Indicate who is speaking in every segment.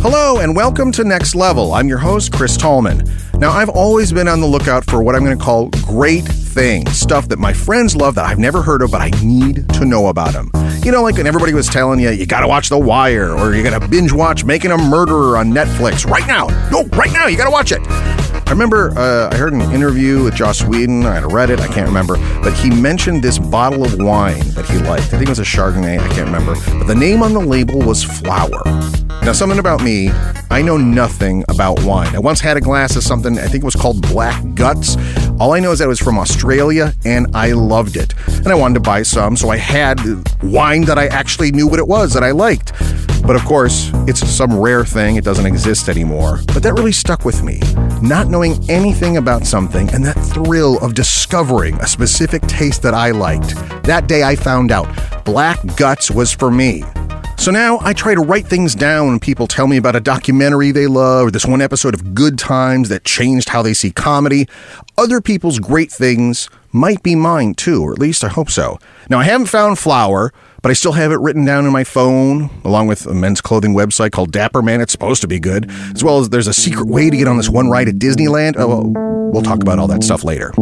Speaker 1: Hello, and welcome to Next Level. I'm your host, Chris Tallman. Now, I've always been on the lookout for what I'm going to call great things, stuff that my friends love that I've never heard of, but I need to know about them. You know, like when everybody was telling you, you got to watch The Wire, or you got to binge watch Making a Murderer on Netflix right now. No, right now, you got to watch it. I remember uh, I heard an interview with Joss Whedon. I read it, I can't remember, but he mentioned this bottle of wine that he liked. I think it was a Chardonnay, I can't remember. But the name on the label was Flower. Now, something about me, I know nothing about wine. I once had a glass of something, I think it was called Black Guts. All I know is that it was from Australia and I loved it. And I wanted to buy some, so I had wine that I actually knew what it was that I liked. But of course, it's some rare thing, it doesn't exist anymore. But that really stuck with me. Not knowing anything about something and that thrill of discovering a specific taste that I liked. That day I found out Black Guts was for me. So now I try to write things down when people tell me about a documentary they love, or this one episode of Good Times that changed how they see comedy. Other people's great things might be mine too, or at least I hope so. Now I haven't found Flower, but I still have it written down in my phone, along with a men's clothing website called Dapper Man. It's supposed to be good, as well as there's a secret way to get on this one ride at Disneyland. Oh, well, we'll talk about all that stuff later.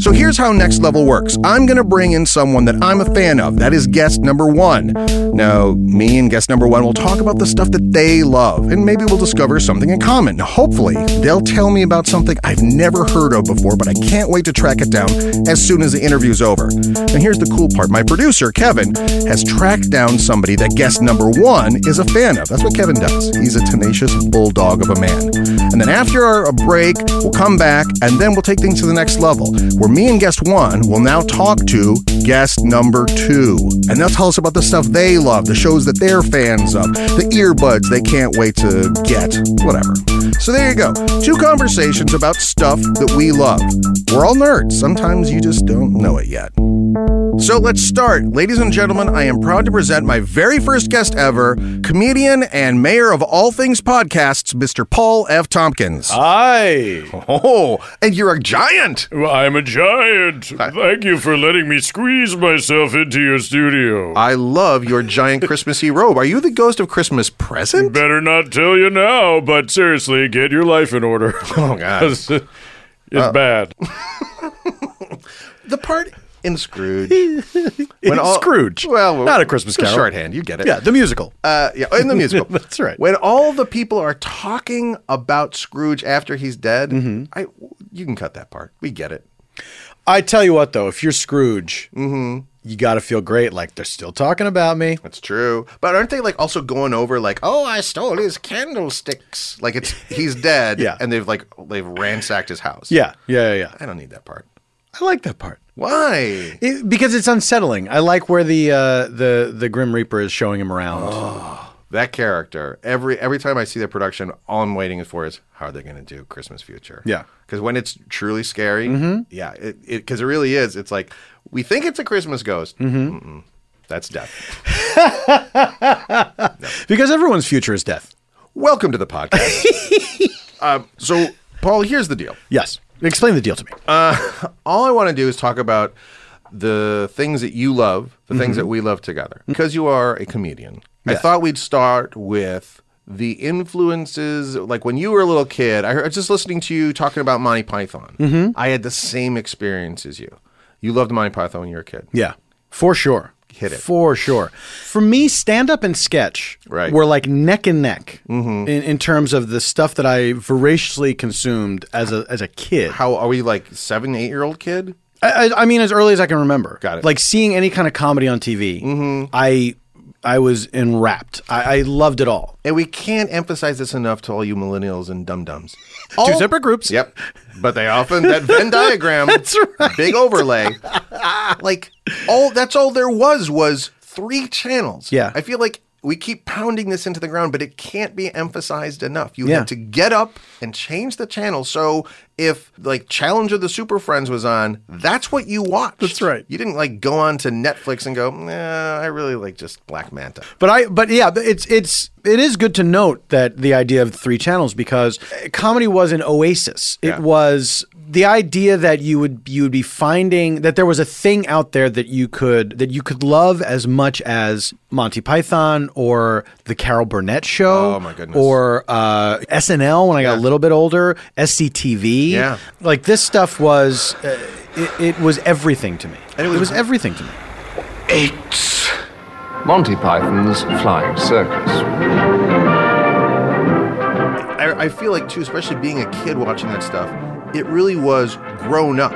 Speaker 1: So here's how Next Level works. I'm going to bring in someone that I'm a fan of. That is guest number one. Now, me and guest number one will talk about the stuff that they love, and maybe we'll discover something in common. Hopefully, they'll tell me about something I've never heard of before, but I can't wait to track it down as soon as the interview's over. And here's the cool part my producer, Kevin, has tracked down somebody that guest number one is a fan of. That's what Kevin does. He's a tenacious bulldog of a man. And then after our break, we'll come back and then we'll take things to the next level, where me and guest one will now talk to guest number two. And they'll tell us about the stuff they love, the shows that they're fans of, the earbuds they can't wait to get, whatever. So there you go. Two conversations about stuff that we love. We're all nerds. Sometimes you just don't know it yet. So let's start. Ladies and gentlemen, I am proud to present my very first guest ever, comedian and mayor of all things podcasts, Mr. Paul F. Tompkins.
Speaker 2: I.
Speaker 1: Oh, and you're a giant.
Speaker 2: I'm a giant. Thank you for letting me squeeze myself into your studio.
Speaker 1: I love your giant Christmassy robe. Are you the ghost of Christmas present?
Speaker 2: Better not tell you now, but seriously, get your life in order.
Speaker 1: Oh, God. Uh,
Speaker 2: it's bad.
Speaker 1: The part in Scrooge. When all-
Speaker 3: Scrooge.
Speaker 1: Well,
Speaker 3: not a Christmas
Speaker 1: it's
Speaker 3: Carol.
Speaker 1: Shorthand, you get it.
Speaker 3: Yeah, the musical.
Speaker 1: Uh, yeah, in the musical.
Speaker 3: That's right.
Speaker 1: When all the people are talking about Scrooge after he's dead,
Speaker 3: Mm-hmm.
Speaker 1: I you can cut that part. We get it.
Speaker 3: I tell you what, though, if you're Scrooge,
Speaker 1: Mm-hmm.
Speaker 3: you got to feel great. Like they're still talking about me.
Speaker 1: That's true. But aren't they like also going over like, oh, I stole his candlesticks? Like it's he's dead.
Speaker 3: Yeah.
Speaker 1: And they've like they've ransacked his house.
Speaker 3: Yeah, yeah, yeah. yeah.
Speaker 1: I don't need that part.
Speaker 3: I like that part
Speaker 1: Why?
Speaker 3: It- because it's unsettling. I like where the uh, the the Grim Reaper is showing him around.
Speaker 1: Oh. That character. Every every time I see that production, all I'm waiting for is how are they going to do Christmas Future?
Speaker 3: Yeah. Mm-hmm.
Speaker 1: Because when it's truly scary, yeah, it because it, really is. It's like we think it's a Christmas ghost.
Speaker 3: Mm-hmm.
Speaker 1: Mm-mm. That's death.
Speaker 3: Because everyone's future is death.
Speaker 1: Welcome to the podcast. um, so, Paul, here's the deal.
Speaker 3: Yes. Explain the deal to me.
Speaker 1: Uh, all I want to do is talk about the things that you love, the things that we love together. Because you are a comedian, I
Speaker 3: Yes.
Speaker 1: thought we'd start with the influences. Like when you were a little kid, I heard I was just listening to you talking about Monty Python. I had the same experience as you. You loved Monty Python when you were a kid.
Speaker 3: yeah, for sure.
Speaker 1: hit it.
Speaker 3: For sure. For me, stand up and sketch
Speaker 1: Right. Mm-hmm.
Speaker 3: were like neck and neck in, in terms of the stuff that I voraciously consumed as a as a kid.
Speaker 1: How are we like seven, eight year old kid?
Speaker 3: I, I- I mean, as early as I can remember.
Speaker 1: Got it. Mm-hmm.
Speaker 3: Like seeing any kind of comedy on TV, I I was enwrapped. I, I loved it all.
Speaker 1: And we can't emphasize this enough to all you millennials and dum dums.
Speaker 3: Two separate groups.
Speaker 1: Yep. But they often that Venn diagram that's right. big overlay. like all that's all there was was three channels.
Speaker 3: Yeah.
Speaker 1: I feel like we keep pounding this into the ground, but it can't be emphasized enough. You
Speaker 3: Yeah.
Speaker 1: had to get up and change the channel. So if like Challenge of the Super Friends was on, that's what you watched.
Speaker 3: That's right.
Speaker 1: You didn't like go on to Netflix and go, nah, I really like just Black Manta.
Speaker 3: But I, but yeah, but it's it's it is good to note that the idea of three channels because uh, comedy was an oasis.
Speaker 1: Yeah.
Speaker 3: It was the idea that you would you would be finding that there was a thing out there that you could that you could love as much as Monty Python or the Carol Burnett show.
Speaker 1: Oh, my goodness.
Speaker 3: Or uh, SNL when I got a little bit older, SCTV.
Speaker 1: Yeah.
Speaker 3: like this stuff was uh, it, it was everything to me.
Speaker 1: And it
Speaker 3: it
Speaker 1: was-
Speaker 3: was everything to me.
Speaker 4: Eight. Monty Python's Flying Circus.
Speaker 1: I, I feel like too, especially being a kid watching that stuff, it really was grown up.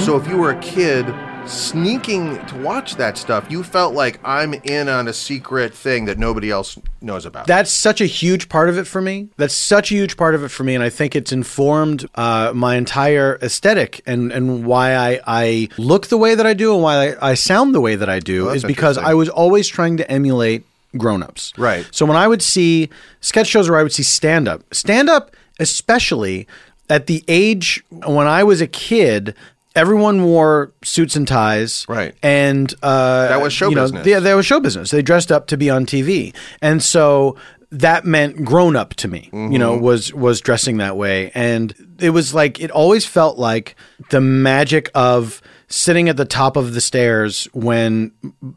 Speaker 1: So if you were a kid sneaking to watch that stuff, you felt like I'm in on a secret thing that nobody else knows about.
Speaker 3: that's such a huge part of it for me. That's such a huge part of it for me, and I think it's informed uh, my entire aesthetic and and why I, I look the way that I do and why I, I sound the way that I do
Speaker 1: that's
Speaker 3: is because
Speaker 1: interesting.
Speaker 3: I was always trying to emulate grown-ups.
Speaker 1: Right.
Speaker 3: So when I would see sketch shows or I would see stand-up, stand-up especially at the age when I was a kid. Everyone wore suits and ties,
Speaker 1: Right.
Speaker 3: And uh,
Speaker 1: That was show
Speaker 3: you know,
Speaker 1: business.
Speaker 3: yeah, there was show business. They dressed up to be on TV, and so that meant grown up to me. You know,
Speaker 1: Mm-hmm.
Speaker 3: was was dressing that way, and it was like it always felt like the magic of sitting at the top of the stairs when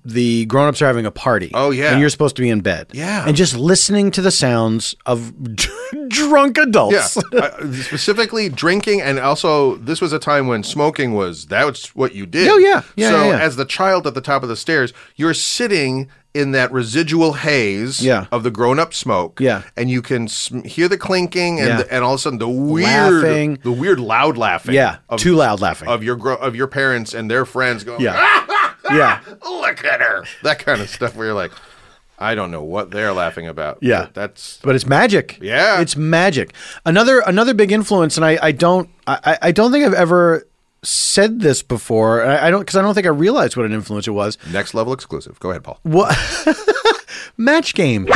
Speaker 3: the grown ups are having a party.
Speaker 1: Oh, yeah.
Speaker 3: and you're supposed to be in bed.
Speaker 1: Yeah.
Speaker 3: and just listening to the sounds of drunk
Speaker 1: yeah,
Speaker 3: adults.
Speaker 1: I- specifically drinking, and also this was a time when smoking was that's what you did.
Speaker 3: Oh, yeah. Yeah,
Speaker 1: so
Speaker 3: yeah, yeah.
Speaker 1: as the child at the top of the stairs, you're sitting in that residual haze
Speaker 3: Yeah.
Speaker 1: of the grown-up smoke.
Speaker 3: Yeah.
Speaker 1: and you can sm- hear the clinking, and
Speaker 3: Yeah.
Speaker 1: the- and all of a sudden the weird,
Speaker 3: Laughing.
Speaker 1: the weird loud laughing.
Speaker 3: Yeah,
Speaker 1: of-
Speaker 3: too loud laughing.
Speaker 1: of your gro- of your parents and their friends going,
Speaker 3: Yeah.
Speaker 1: "Ah,
Speaker 3: yeah,
Speaker 1: look at her, that kind of stuff. Where you're like, I don't know what they're laughing about.
Speaker 3: Yeah.
Speaker 1: but that's
Speaker 3: but it's magic.
Speaker 1: Yeah.
Speaker 3: it's magic. Another another big influence, and I I don't I I- I don't think I've ever said this before. and I, I don't because I don't think I realized what an influence it was.
Speaker 1: next level exclusive. Go ahead, Paul.
Speaker 3: What match game?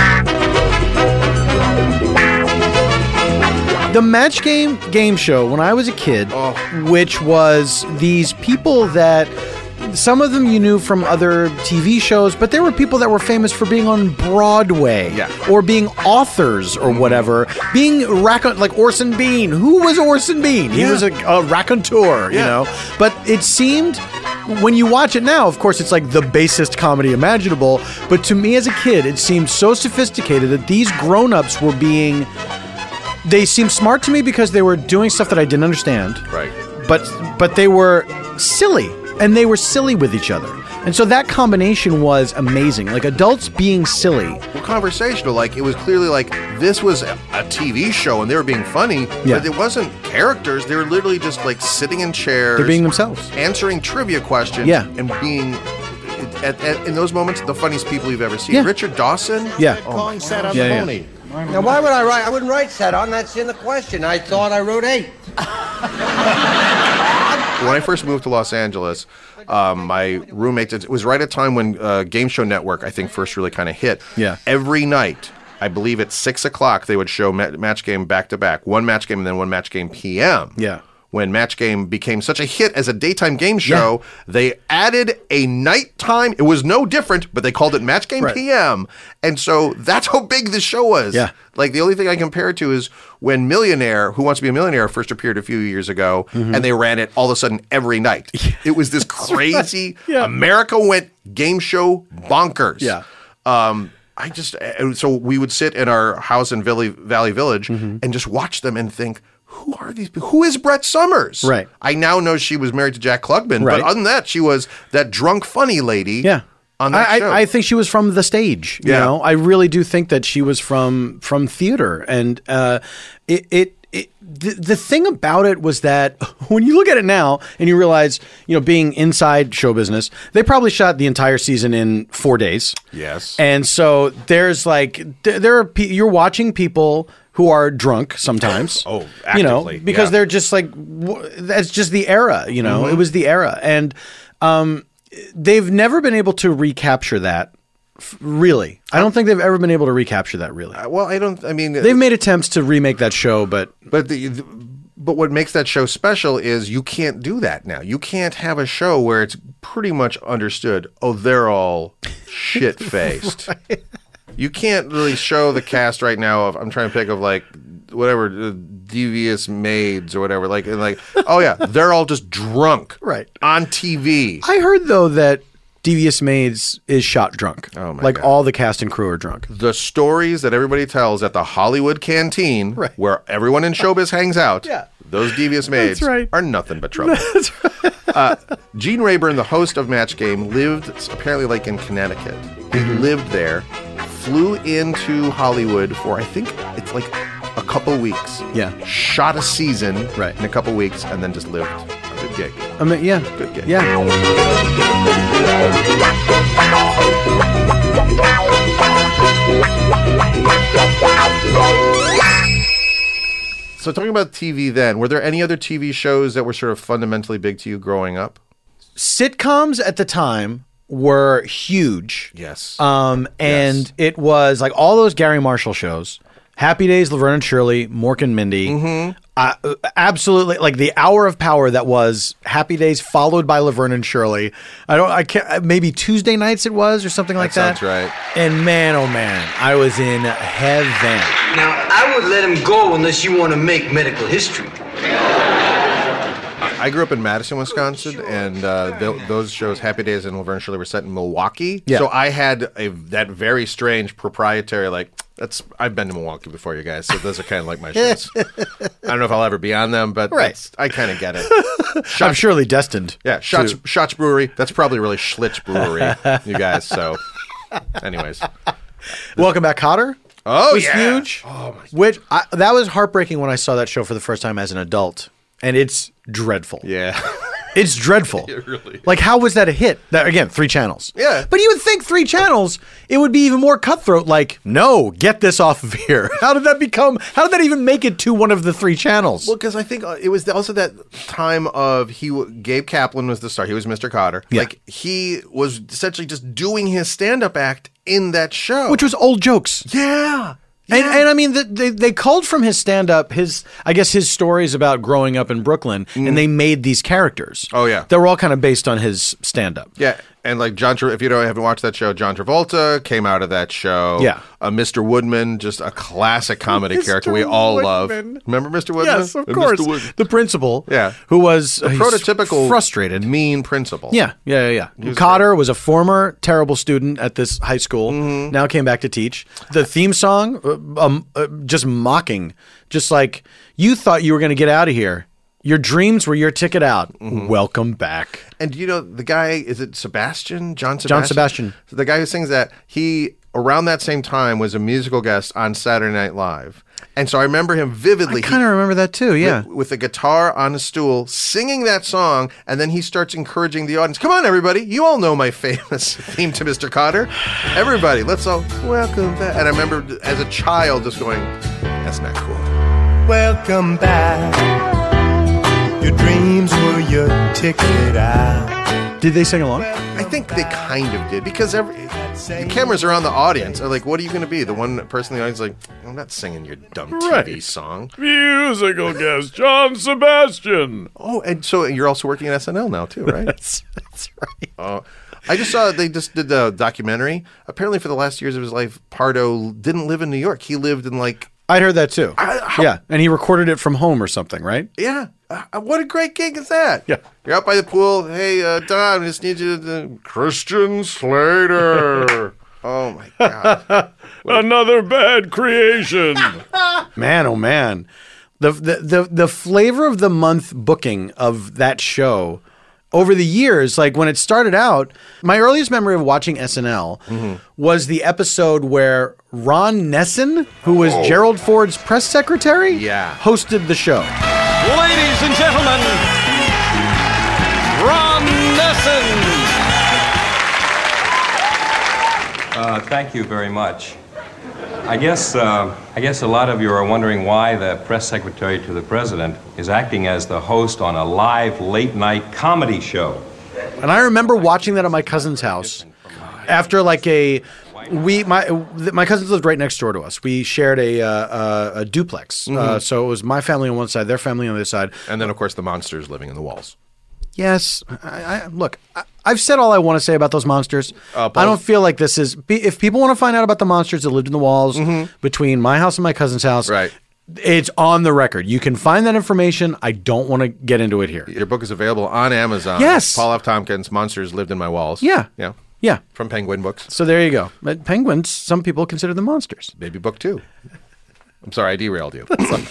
Speaker 3: The Match Game game show when I was a kid,
Speaker 1: Oh.
Speaker 3: which was these people that some of them you knew from other TV shows, but there were people that were famous for being on Broadway
Speaker 1: Yeah. Mm-hmm.
Speaker 3: or being authors or whatever, being raconteur, like Orson Bean. Who was Orson Bean? He was a, a raconteur, you
Speaker 1: Yeah.
Speaker 3: know? But it seemed. When you watch it now, of course, it's like the basest comedy imaginable. But to me as a kid, it seemed so sophisticated that these grown ups were being they seemed smart to me because they were doing stuff that I didn't understand.
Speaker 1: Right.
Speaker 3: But but they were silly and they were silly with each other. And so that combination was amazing. Like adults being silly.
Speaker 1: Well, conversational. Like it was clearly like this was a, a TV show and they were being funny,
Speaker 3: Yeah.
Speaker 1: but it wasn't characters. They were literally just like sitting in chairs,
Speaker 3: They're being themselves.
Speaker 1: answering trivia questions,
Speaker 3: Yeah.
Speaker 1: and being. At, at, in those moments, the funniest people you've ever seen.
Speaker 3: Yeah.
Speaker 1: Richard Dawson,
Speaker 3: Yeah.
Speaker 5: up
Speaker 3: Yeah, yeah.
Speaker 6: Now, why would I write? I wouldn't write set on. That's in the question. I thought I wrote eight.
Speaker 1: when I first moved to Los Angeles, um, my roommates, it was right at a time when uh, Game Show Network, I think, first really kind of hit.
Speaker 3: Yeah.
Speaker 1: Every night, I believe at six o'clock, they would show ma- match game back to back, one match game and then one match game PM.
Speaker 3: Yeah.
Speaker 1: When Match Game became such a hit as a daytime game show, they added a nighttime. It was no different, but they called it Match Game
Speaker 3: Right.
Speaker 1: PM. And so that's how big the show was.
Speaker 3: Yeah.
Speaker 1: Like the only thing I compare it to is when Millionaire, Who Wants to Be a Millionaire, first appeared a few years ago,
Speaker 3: Mm-hmm.
Speaker 1: and they ran it all of a sudden every night. It was this crazy.
Speaker 3: Yeah.
Speaker 1: America went game show bonkers.
Speaker 3: Yeah.
Speaker 1: Um, I just and so we would sit in our house in Valley, Valley Village
Speaker 3: Mm-hmm.
Speaker 1: and just watch them and think, who are these? people? Who is Brett Summers?
Speaker 3: Right.
Speaker 1: I now know she was married to Jack Klugman,
Speaker 3: Right.
Speaker 1: but other than that, she was that drunk, funny lady.
Speaker 3: Yeah.
Speaker 1: on that
Speaker 3: I,
Speaker 1: show.
Speaker 3: I, I think she was from the stage. You
Speaker 1: Yeah.
Speaker 3: know, I really do think that she was from from theater, and uh, it it. It, the, the thing about it was that when you look at it now and you realize, you know, being inside show business, they probably shot the entire season in four days.
Speaker 1: Yes.
Speaker 3: And so there's like, there, there are, pe- you're watching people who are drunk sometimes.
Speaker 1: Oh,
Speaker 3: You
Speaker 1: actively,
Speaker 3: know, because
Speaker 1: yeah.
Speaker 3: they're just like, w- that's just the era, you know,
Speaker 1: Mm-hmm.
Speaker 3: it was the era. And, um, they've never been able to recapture that f- really i don't think they've ever been able to recapture that really
Speaker 1: well, I don't. I mean,
Speaker 3: they've made attempts to remake that show but
Speaker 1: But the, the- but what makes that show special is you can't do that now. You can't have a show where it's pretty much understood. Oh, they're all shit faced. You can't really show the cast right now. Of I'm trying to think of like whatever uh, devious maids or whatever. Like and like oh yeah, they're all just drunk
Speaker 3: Right.
Speaker 1: on TV.
Speaker 3: i heard though that devious maids is shot drunk
Speaker 1: Oh, my
Speaker 3: like
Speaker 1: God.
Speaker 3: all the cast and crew are drunk
Speaker 1: the stories that everybody tells at the Hollywood canteen,
Speaker 3: Right.
Speaker 1: where everyone in showbiz hangs out,
Speaker 3: Yeah.
Speaker 1: those devious maids
Speaker 3: right.
Speaker 1: are nothing but trouble. uh, Gene Rayburn, the host of Match Game, lived apparently like in Connecticut. He
Speaker 3: Mm-hmm.
Speaker 1: lived there, flew into Hollywood for I think it's like a couple weeks.
Speaker 3: Yeah.
Speaker 1: shot a season
Speaker 3: Right.
Speaker 1: in a couple weeks, and then just lived. Good gig.
Speaker 3: i mean yeah
Speaker 1: Good game.
Speaker 3: yeah
Speaker 1: So talking about TV, then were there any other TV shows that were sort of fundamentally big to you growing up?
Speaker 3: sitcoms at the time were huge
Speaker 1: Yes.
Speaker 3: Um, and it was like all those Gary Marshall shows, Happy Days, Laverne and Shirley, Mork and Mindy.
Speaker 1: Mm-hmm.
Speaker 3: Uh, absolutely, like the hour of power that was Happy Days followed by Laverne and Shirley. I don't, I can't. uh, Maybe Tuesday nights it was or something like that.
Speaker 1: sounds right.
Speaker 3: And man, oh man, I was in heaven.
Speaker 6: Now, I would let him go unless you want to make medical history.
Speaker 1: I grew up in Madison, Wisconsin, and uh, th- those shows, Happy Days and Laverne and Shirley, were set in Milwaukee.
Speaker 3: Yeah.
Speaker 1: So I had a that very strange proprietary like that's I've been to Milwaukee before, you guys. So those are kind of like my shows. I don't know if I'll ever be on them, but
Speaker 3: Right.
Speaker 1: that's- I kind of get it.
Speaker 3: I'm
Speaker 1: Shots,
Speaker 3: surely destined.
Speaker 1: yeah, Shots, Shots Brewery. That's probably really Schlitz Brewery, you guys. So, anyways,
Speaker 3: Welcome back, Cotter.
Speaker 1: Oh,
Speaker 3: was
Speaker 1: yeah.
Speaker 3: huge. Which I, that was heartbreaking when I saw that show for the first time as an adult, and it's dreadful.
Speaker 1: yeah,
Speaker 3: It's dreadful.
Speaker 1: really is.
Speaker 3: Like, how was that a hit? That, again, three channels.
Speaker 1: Yeah.
Speaker 3: But you would think three channels, it would be even more cutthroat. Like, no, get this off of here. How did that become? How did that even make it to one of the three channels?
Speaker 1: Well, because I think uh, it was also that time of he w- Gabe Kaplan was the star. He was Mr. Cotter.
Speaker 3: Yeah.
Speaker 1: Like he was essentially just doing his stand-up act in that show.
Speaker 3: Which was old jokes.
Speaker 1: yeah.
Speaker 3: And, and I mean, the, they, they culled from his stand up, his, I guess, his stories about growing up in Brooklyn, and they made these characters.
Speaker 1: Mm. Oh, yeah.
Speaker 3: They were all kind of based on his stand up.
Speaker 1: Yeah, and like John, Tra- if you don't haven't watched that show, John Travolta came out of that show.
Speaker 3: Yeah.
Speaker 1: uh, Mr. Woodman, just a classic comedy
Speaker 3: Mr.
Speaker 1: character we all love.
Speaker 3: Woodman.
Speaker 1: Remember Mr. Woodman?
Speaker 3: Yes, of
Speaker 1: Uh, Mr.
Speaker 3: course.
Speaker 1: Wood-
Speaker 3: The principal,
Speaker 1: Yeah.
Speaker 3: who was uh, he's
Speaker 1: Prototypical
Speaker 3: frustrated,
Speaker 1: mean principal.
Speaker 3: Yeah, yeah, yeah. yeah. Cotter was a former terrible student at this high school. Now came back to teach. The theme song, uh, um, uh, just mocking, just like you thought you were going to get out of here. Your dreams were your ticket out. Welcome back.
Speaker 1: And you know the guy is it Sebastian John Sebastian?
Speaker 3: John Sebastian.
Speaker 1: So the guy who sings that he around that same time was a musical guest on Saturday Night Live, and so I remember him vividly.
Speaker 3: Kind
Speaker 1: He-
Speaker 3: of remember that too. Yeah.
Speaker 1: With, with a guitar on a stool, singing that song, and then he starts encouraging the audience. Come on, everybody! You all know my famous theme to Mr. Cotter. Everybody, let's all welcome back. And I remember as a child just going, "That's not cool."
Speaker 7: Welcome back. Your dreams were your ticket out.
Speaker 3: Did they sing along?
Speaker 1: I think they kind of did because every the cameras are on the audience. Are like, what are you going to be? The one person in the audience is like, I'm not singing your dumb TV
Speaker 2: Right.
Speaker 1: song.
Speaker 2: Musical guest John Sebastian.
Speaker 1: Oh, and so you're also working at SNL now too, right?
Speaker 3: That's, that's right.
Speaker 1: Oh, I just saw they just did the documentary. Apparently, for the last years of his life, Pardo didn't live in New York. He lived in like,
Speaker 3: I'd heard that too.
Speaker 1: I- how-
Speaker 3: yeah, and he recorded it from home or something, right?
Speaker 1: yeah. Uh, what a great gig is that? Yeah, you're out by the pool. Hey, uh, Don, I just need you to Christian Slater. oh my god.
Speaker 2: Another bad creation.
Speaker 3: Man, oh man, the the the, the flavor of the month booking of that show over the years, like when it started out, my earliest memory of watching SNL was the episode where Ron Nessen, who was Gerald Ford's press secretary,
Speaker 8: Yeah.
Speaker 3: hosted the show.
Speaker 9: Ladies and gentlemen, Ron Nessen.
Speaker 10: Uh, thank you very much. I guess, uh, I guess a lot of you are wondering why the press secretary to the president is acting as the host on a live late night comedy show.
Speaker 3: And I remember watching that at my cousin's house after like a we my th- my cousins lived right next door to us. We shared a uh, uh, a duplex, uh,
Speaker 1: Mhm.
Speaker 3: so it was my family on one side, their family on the other side.
Speaker 1: And then, of course, the monsters living in the walls.
Speaker 3: Yes, I, I, look, I, I've said all I want to say about those monsters.
Speaker 1: Uh,
Speaker 3: I don't
Speaker 1: both.
Speaker 3: feel like this is. be- If people want to find out about the monsters that lived in the walls between my house and my cousin's house, right? It's on the record. You can find that information. I don't want to get into it here.
Speaker 1: Your book is available on Amazon.
Speaker 3: Yes.
Speaker 1: Paul F. Tompkins, Monsters Lived in My Walls.
Speaker 3: Yeah.
Speaker 1: Yeah.
Speaker 3: Yeah.
Speaker 1: From Penguin Books.
Speaker 3: So there you go. But penguins, some people consider them monsters.
Speaker 1: Baby book two. I'm sorry, I derailed you.
Speaker 3: um,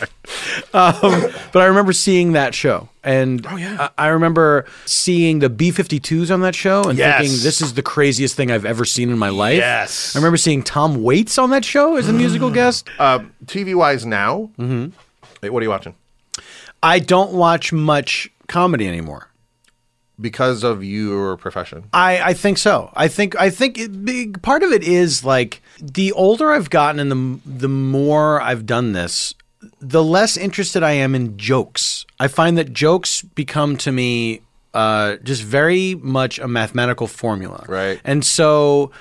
Speaker 3: but I remember seeing that show, and oh, yeah. I, I remember seeing the B-52s on that show, and
Speaker 1: Yes.
Speaker 3: thinking this is the craziest thing I've ever seen in my life.
Speaker 1: Yes.
Speaker 3: I remember seeing Tom Waits on that show as a musical guest.
Speaker 1: Uh, TV wise now, Hey, what are you watching?
Speaker 3: I don't watch much comedy anymore.
Speaker 1: Because of your profession.
Speaker 3: I, I think so. I think I think it, big, part of it is like the older I've gotten and the m- the more I've done this, the less interested I am in jokes. I find that jokes become to me uh, just very much a mathematical formula. Right. And so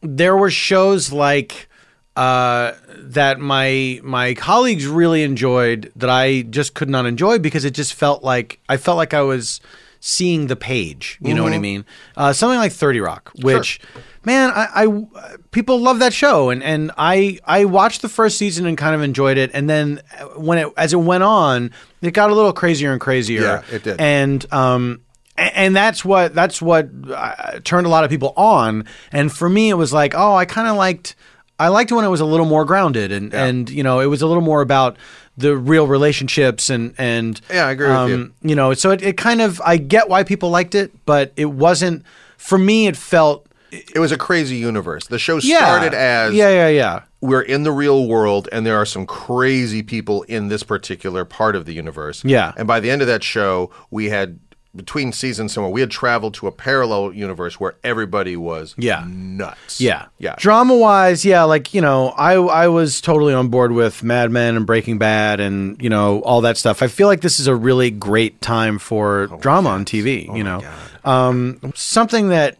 Speaker 3: there were shows like uh, that my my colleagues really enjoyed that I just could not enjoy because it just felt like I felt like I was seeing the page. You know what I
Speaker 1: Mhm.
Speaker 3: mean? Uh, something like Thirty Rock,
Speaker 1: Sure.
Speaker 3: which man, I, I people love that show, and and I I watched the first season and kind of enjoyed it, and then when it as it went on, it got a little crazier and crazier.
Speaker 1: Yeah, it did.
Speaker 3: And um, a- and that's what that's what uh, turned a lot of people on. And for me, it was like, oh, I kind of liked. I liked when it was a little more grounded, and, and you know, it was a little more about the real relationships, and and um,
Speaker 1: Yeah, I agree with you.
Speaker 3: you know, so it, it kind of I get why people liked it, but it wasn't for me. It felt
Speaker 1: It was a crazy universe. The show
Speaker 3: Yeah.
Speaker 1: started as
Speaker 3: Yeah, yeah, yeah.
Speaker 1: We're in the real world, and there are some crazy people in this particular part of the universe.
Speaker 3: Yeah.
Speaker 1: And by the end of that show, we had between seasons somewhere we had traveled to a parallel universe where everybody was
Speaker 3: Yeah.
Speaker 1: nuts.
Speaker 3: Yeah.
Speaker 1: Yeah.
Speaker 3: Drama wise, yeah, like, you know, I I was totally on board with Mad Men and Breaking Bad and, you know, all that stuff. I feel like this is a really great time for
Speaker 1: Oh,
Speaker 3: drama on TV, you know. Um something that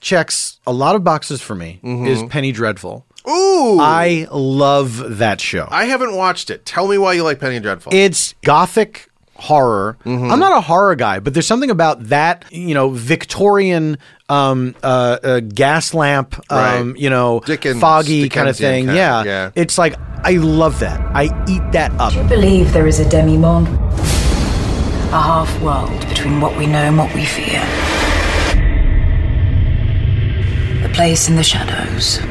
Speaker 3: checks a lot of boxes for me is
Speaker 1: Mhm.
Speaker 3: Penny Dreadful.
Speaker 1: Ooh.
Speaker 3: I love that show.
Speaker 1: I haven't watched it. Tell me why you like Penny Dreadful.
Speaker 3: It's gothic horror.
Speaker 1: Mm-hmm.
Speaker 3: I'm not a horror guy, but there's something about that, you know, Victorian um, uh, uh, gas lamp, um,
Speaker 1: Right.
Speaker 3: you know,
Speaker 1: Dickens-
Speaker 3: foggy kind of
Speaker 1: Dickensian
Speaker 3: thing.
Speaker 1: kind,
Speaker 3: yeah.
Speaker 1: yeah.
Speaker 3: It's like, I love that. I eat that up.
Speaker 11: Do you believe there is a demi-monde? A half world between what we know and what we fear. A place in the shadows,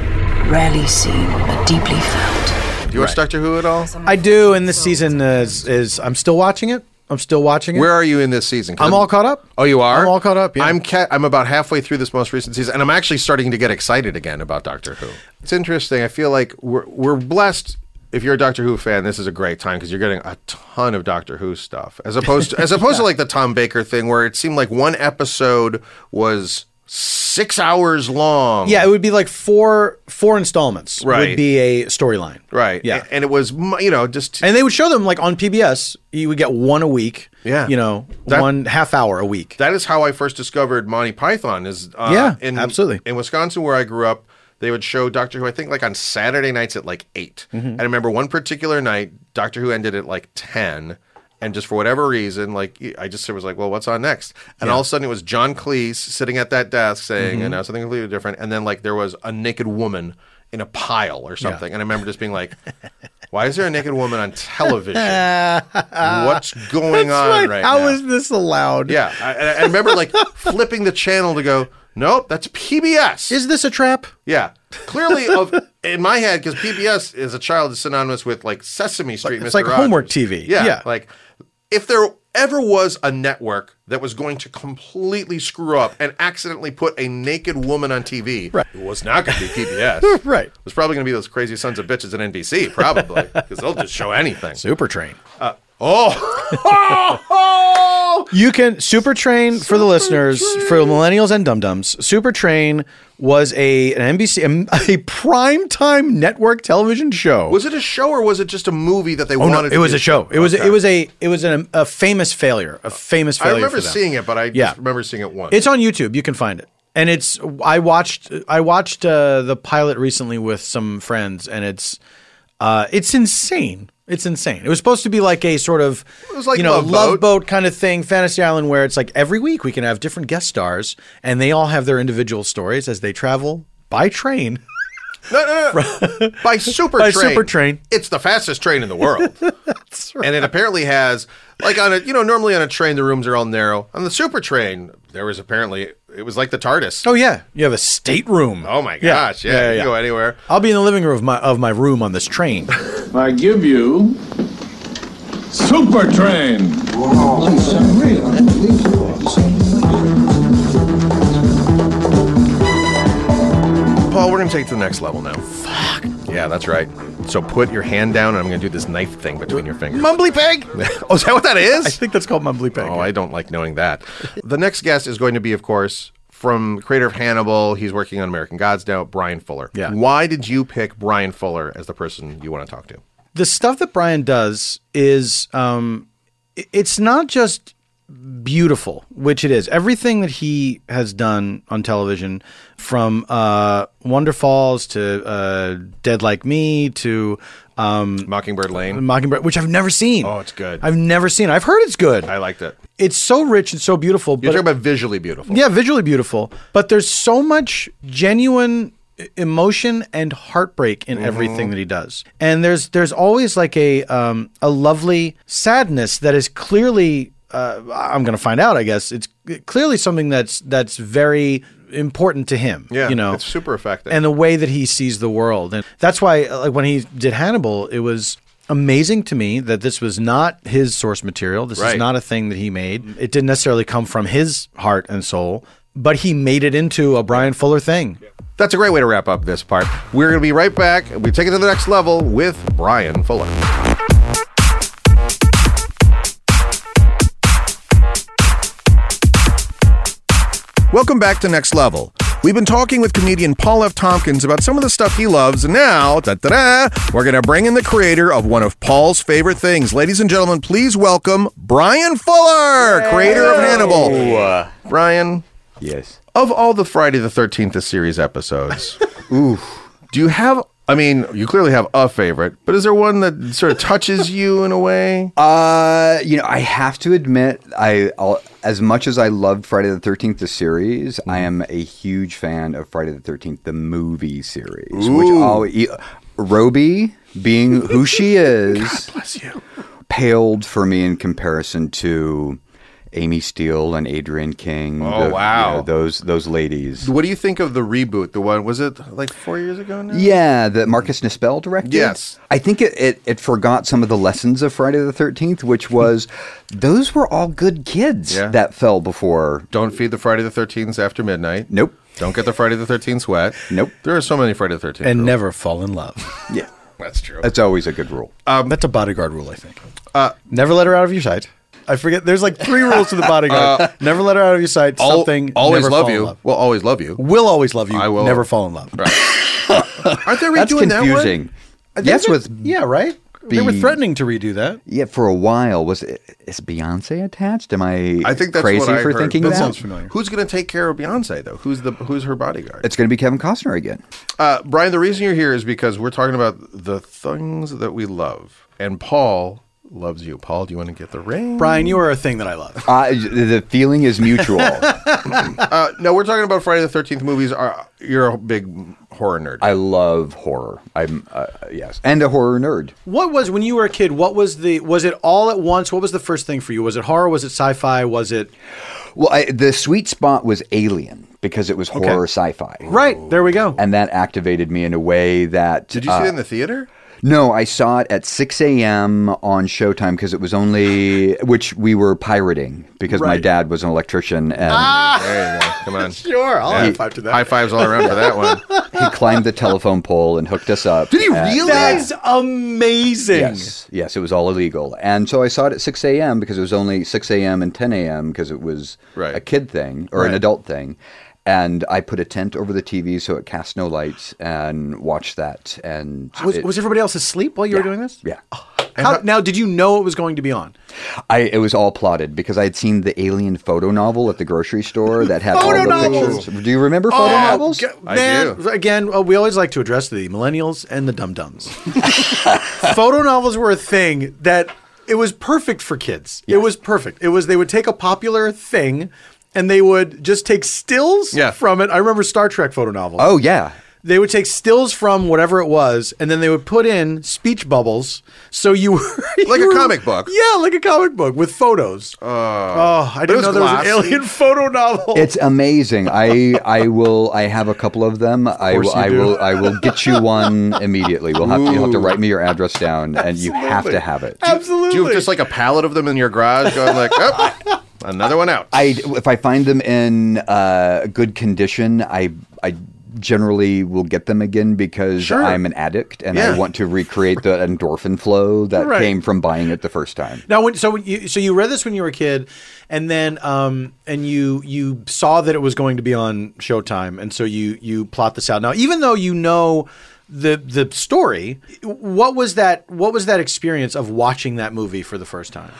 Speaker 11: rarely seen but deeply felt.
Speaker 1: Do you watch Doctor Who at all?
Speaker 3: I do, and this season is, is I'm still watching it. I'm still watching it.
Speaker 1: Where are you in this season? 'Cause
Speaker 3: I'm all caught up.
Speaker 1: Oh, you are. I'm all
Speaker 3: caught up.
Speaker 1: Yeah. I'm ca- I'm about halfway through this most recent season, and I'm actually starting to get excited again about Doctor Who. It's interesting. I feel like we're we're blessed. If you're a Doctor Who fan, this is a great time because you're getting a ton of Doctor Who stuff, as opposed to, as opposed to like the Tom Baker thing, where it seemed like one episode was six hours long.
Speaker 3: Yeah, it would be like four four installments would
Speaker 1: Right.
Speaker 3: be a storyline.
Speaker 1: Right.
Speaker 3: Yeah.
Speaker 1: A- And it was mu- you know just
Speaker 3: And they would show them like on PBS, you would get one a week.
Speaker 1: Yeah.
Speaker 3: You know,
Speaker 1: That-
Speaker 3: one half hour a week.
Speaker 1: That is how I first discovered Monty Python. Is uh,
Speaker 3: Yeah,
Speaker 1: in,
Speaker 3: absolutely.
Speaker 1: in Wisconsin where I grew up. They would show Doctor Who, I think, like on Saturday nights at like 8
Speaker 3: Mm-hmm.
Speaker 1: And I remember one particular night, Doctor Who ended at like ten, and just for whatever reason, like I just was like, "Well, what's on next?" And all of a sudden, it was John Cleese sitting at that desk saying,
Speaker 3: Mm-hmm.
Speaker 8: Mhm.
Speaker 1: "And now something completely different." And then like there was a naked woman in a pile or something, and I remember just being like, "Why is there a naked woman on television?" What's going
Speaker 3: That's
Speaker 1: on
Speaker 3: right.
Speaker 1: right
Speaker 3: How
Speaker 1: now?
Speaker 3: is this allowed?
Speaker 1: Yeah, I, I- I remember like flipping the channel to go, nope, that's PBS.
Speaker 3: Is this a trap?
Speaker 1: Yeah, clearly of in my head because PBS as a child is synonymous with like Sesame Street.
Speaker 3: It's
Speaker 1: Mr.
Speaker 3: like
Speaker 1: Rogers.
Speaker 3: homework TV.
Speaker 1: Yeah,
Speaker 3: Yeah.
Speaker 1: like if there ever was a network that was going to completely screw up and accidentally put a naked woman on TV, right. it was not going to be PBS.
Speaker 3: right. It
Speaker 1: was probably going to be those crazy sons of bitches at NBC, probably, because they'll just show anything.
Speaker 3: Super train.
Speaker 1: Uh, oh.
Speaker 3: You can Super Train for the listeners, for millennials and dum dums. Super Train was a an NBC a, a primetime network television show.
Speaker 1: Was it a show or was it just a movie that they
Speaker 3: oh, no,
Speaker 1: wanted?
Speaker 3: it was
Speaker 1: do?
Speaker 3: a show. It was
Speaker 1: Okay.
Speaker 3: it was a it was an, a famous failure, a famous
Speaker 1: I
Speaker 3: failure.
Speaker 1: remember
Speaker 3: for them.
Speaker 1: seeing it, but I
Speaker 3: Yeah.
Speaker 1: just remember seeing it once.
Speaker 3: It's on YouTube. You can find it. And it's I watched I watched uh, the pilot recently with some friends, and it's uh, it's insane. It's insane. It was supposed to be like a sort of
Speaker 1: It was like
Speaker 3: you know
Speaker 1: Love Boat.
Speaker 3: kind of thing, Fantasy Island, where it's like every week we can have different guest stars, and they all have their individual stories as they travel by train.
Speaker 1: no, no, no. By super
Speaker 3: By
Speaker 1: train.
Speaker 3: super train.
Speaker 1: It's the fastest train in the world. And it apparently has like on a you know normally on a train the rooms are all narrow. On the super train there was apparently it was like the TARDIS.
Speaker 3: Oh yeah, you have a stateroom.
Speaker 1: Oh my
Speaker 3: Yeah.
Speaker 1: gosh, yeah,
Speaker 3: Yeah, yeah,
Speaker 1: you
Speaker 3: yeah.
Speaker 1: go anywhere.
Speaker 3: I'll be in the living room of my of my room on this train.
Speaker 12: I give you Super Train.
Speaker 1: Paul, we're gonna take it to the next level now. Fuck. Yeah, that's right. So put your hand down and I'm gonna do this knife thing between your fingers.
Speaker 3: Mumbly peg.
Speaker 1: oh, is that what that is?
Speaker 3: I think that's called mumbly peg.
Speaker 1: Oh, I don't like knowing that. The next guest is going to be, of course, from creator of Hannibal. He's working on American Gods now, Brian Fuller.
Speaker 3: Yeah.
Speaker 1: Why did you pick Brian Fuller as the person you want to talk to?
Speaker 3: the stuff that Brian does is um, i- it's not just beautiful, which it is. Everything that he has done on television, from uh, Wonder Falls to uh, Dead Like Me to um,
Speaker 1: Mockingbird Lane.
Speaker 3: Mockingbird, which I've never seen.
Speaker 1: Oh, it's good.
Speaker 3: I've never seen. I've heard it's good.
Speaker 1: I liked it.
Speaker 3: It's so rich and so beautiful.
Speaker 1: You're
Speaker 3: but
Speaker 1: talking about visually beautiful.
Speaker 3: yeah, visually beautiful, but there's so much genuine e- emotion and heartbreak
Speaker 1: Mm-hmm.
Speaker 3: in everything that he does. And there's there's always like a um, a lovely sadness that is clearly uh, I'm going to find out, I guess. It's clearly something that's that's very important to him,
Speaker 1: Yeah.
Speaker 3: you know.
Speaker 1: it's super effective.
Speaker 3: And the way that he sees the world. And that's why uh, like when he did Hannibal, it was amazing to me that this was not his source material. This
Speaker 1: Right.
Speaker 3: is not a thing that he made. It didn't necessarily come from his heart and soul, but he made it into a Brian Fuller thing.
Speaker 1: That's a great way to wrap up this part. We're going to be right back. We take it to the next level with Brian Fuller.
Speaker 8: Welcome back to Next Level. We've been talking with comedian Paul F. Tompkins about some of the stuff he loves, and now, da da da, we're going to bring in the creator of one of Paul's favorite things. Ladies and gentlemen, please welcome Brian Fuller, creator of Hannibal.
Speaker 1: Brian,
Speaker 6: Yes.
Speaker 1: of all the Friday the 13th series episodes, ooh, do you have, I mean, you clearly have a favorite, but is there one that sort of touches you in a way?
Speaker 6: Uh, you know, I have to admit, I I'll, as much as I loved Friday the Thirteenth the series,
Speaker 1: Mm-hmm.
Speaker 6: I am a huge fan of Friday the Thirteenth the movie series, which
Speaker 1: Ooh.
Speaker 6: always Roby being who she is.
Speaker 1: bless you.
Speaker 6: paled for me in comparison to Amy Steele and Adrian King.
Speaker 1: Oh, wow.
Speaker 6: those those ladies.
Speaker 1: What do you think of the reboot? The one, was it like four years ago now?
Speaker 6: Yeah, that Marcus Nispel directed.
Speaker 1: Yes.
Speaker 6: I think it, it, it forgot some of the lessons of Friday the 13th, which was those were all good kids
Speaker 1: Yeah.
Speaker 6: that fell before.
Speaker 1: Don't feed the Friday the 13th after midnight.
Speaker 6: Nope.
Speaker 1: Don't get the Friday the 13th wet.
Speaker 6: Nope.
Speaker 1: There are so many Friday the 13th.
Speaker 3: And
Speaker 1: rules.
Speaker 3: never fall in love.
Speaker 6: Yeah.
Speaker 1: That's true.
Speaker 6: That's always a good rule.
Speaker 1: Um,
Speaker 3: That's a bodyguard rule, I think.
Speaker 1: uh,
Speaker 3: never let her out of your sight. I forget. There's like three rules to the bodyguard. never let her out of your sight.
Speaker 1: Uh, Al-
Speaker 3: something.
Speaker 1: always
Speaker 3: never
Speaker 1: love
Speaker 3: fall in
Speaker 1: you.
Speaker 3: love.
Speaker 1: Well, always love you.
Speaker 3: Will always love you.
Speaker 1: I will.
Speaker 3: Never fall in love.
Speaker 1: Aren't they redoing
Speaker 6: That's
Speaker 1: that one?
Speaker 6: confusing. Yes,
Speaker 3: They've
Speaker 6: with
Speaker 3: been- yeah, right. They were
Speaker 6: Be-
Speaker 3: threatening to redo that.
Speaker 6: yeah, for a while was it, is Beyonce attached? Am I?
Speaker 1: I think that's
Speaker 6: crazy
Speaker 1: what I
Speaker 6: for
Speaker 1: heard.
Speaker 6: thinking
Speaker 3: That
Speaker 6: that.
Speaker 3: sounds familiar.
Speaker 1: Who's going to take care of Beyonce though? Who's the who's her bodyguard?
Speaker 6: It's going to be Kevin Costner again.
Speaker 1: Uh, Brian, the reason you're here is because we're talking about the things that we love, and Paul loves you. Paul, do you want to get the ring?
Speaker 3: Brian, you are a thing that I love.
Speaker 6: Uh, the feeling is mutual.
Speaker 1: Uh, no, we're talking about Friday the Thirteenth movies. Are you're a big horror nerd?
Speaker 6: I love horror. I'm uh, yes, and a horror nerd.
Speaker 3: What was when you were a kid? What was the was it all at once? What was the first thing for you? Was it horror? Was it sci-fi? Was it
Speaker 6: Well, I, the sweet spot was Alien because it was horror sci-fi,
Speaker 3: right? There we go.
Speaker 6: and that activated me in a way that
Speaker 1: Did you see
Speaker 6: uh,
Speaker 1: it in the theater?
Speaker 6: No, I saw it at 6 a.m. on Showtime because it was only, which we were pirating because my
Speaker 1: Right.
Speaker 6: dad was an electrician and
Speaker 1: There you go. Come on.
Speaker 3: Sure, I'll high five to that.
Speaker 1: Ah! High fives all around for that one.
Speaker 6: he climbed the telephone pole and hooked us up. Did he
Speaker 3: That's amazing.
Speaker 6: Yes, yes, it was all illegal. And so I saw it at 6 a.m. because it was only 6 a.m. and 10 a.m. because it was a kid thing or an
Speaker 1: Right.
Speaker 6: adult thing. And I put a tent over the TV so it cast no lights and watched that. And
Speaker 3: Was,
Speaker 6: it-
Speaker 3: was everybody else asleep while you were doing this?
Speaker 6: yeah.
Speaker 3: How, now, did you know it was going to be on?
Speaker 6: I it was all plotted because I had seen the alien photo novel at the grocery store that had all
Speaker 3: Photo
Speaker 6: the
Speaker 3: novels!
Speaker 6: pictures. Do you remember photo
Speaker 3: Oh,
Speaker 6: novels?
Speaker 3: g- man, again, uh, we always like to address the millennials and the dum dums. Photo novels were a thing that it was perfect for kids. It was perfect. It was they would take a popular thing and they would just take stills from it. I remember Star Trek photo novel.
Speaker 6: Oh yeah.
Speaker 3: They would take stills from whatever it was, and then they would put in speech bubbles. So you were
Speaker 1: Like
Speaker 3: you
Speaker 1: a
Speaker 3: were-
Speaker 1: comic book.
Speaker 3: yeah, like a comic book with photos. oh, I
Speaker 1: but it
Speaker 3: didn't
Speaker 1: was
Speaker 3: know there was an
Speaker 1: glossy.
Speaker 3: alien photo novel.
Speaker 6: It's amazing. I I will. I have a couple of them. I,
Speaker 3: course
Speaker 6: will-
Speaker 3: you
Speaker 6: I
Speaker 3: do.
Speaker 6: will. I will get you one immediately. We'll have to, you'll have to write me your address down, and you have to have it.
Speaker 3: Absolutely.
Speaker 1: Do you have just like a pallet of them in your garage going like, oh, another one out?
Speaker 6: I if I find them in uh, good condition, I I generally will get them again because
Speaker 3: Sure.
Speaker 6: I'm an addict and
Speaker 3: Yeah.
Speaker 6: I want to recreate the endorphin flow that
Speaker 3: Right.
Speaker 6: came from buying it the first time.
Speaker 3: Now, when, so when you so you read this when you were a kid, and then um and you you saw that it was going to be on Showtime, and so you you plot this out. Now, even though you know the the story, what was that what was that experience of watching that movie for the first time?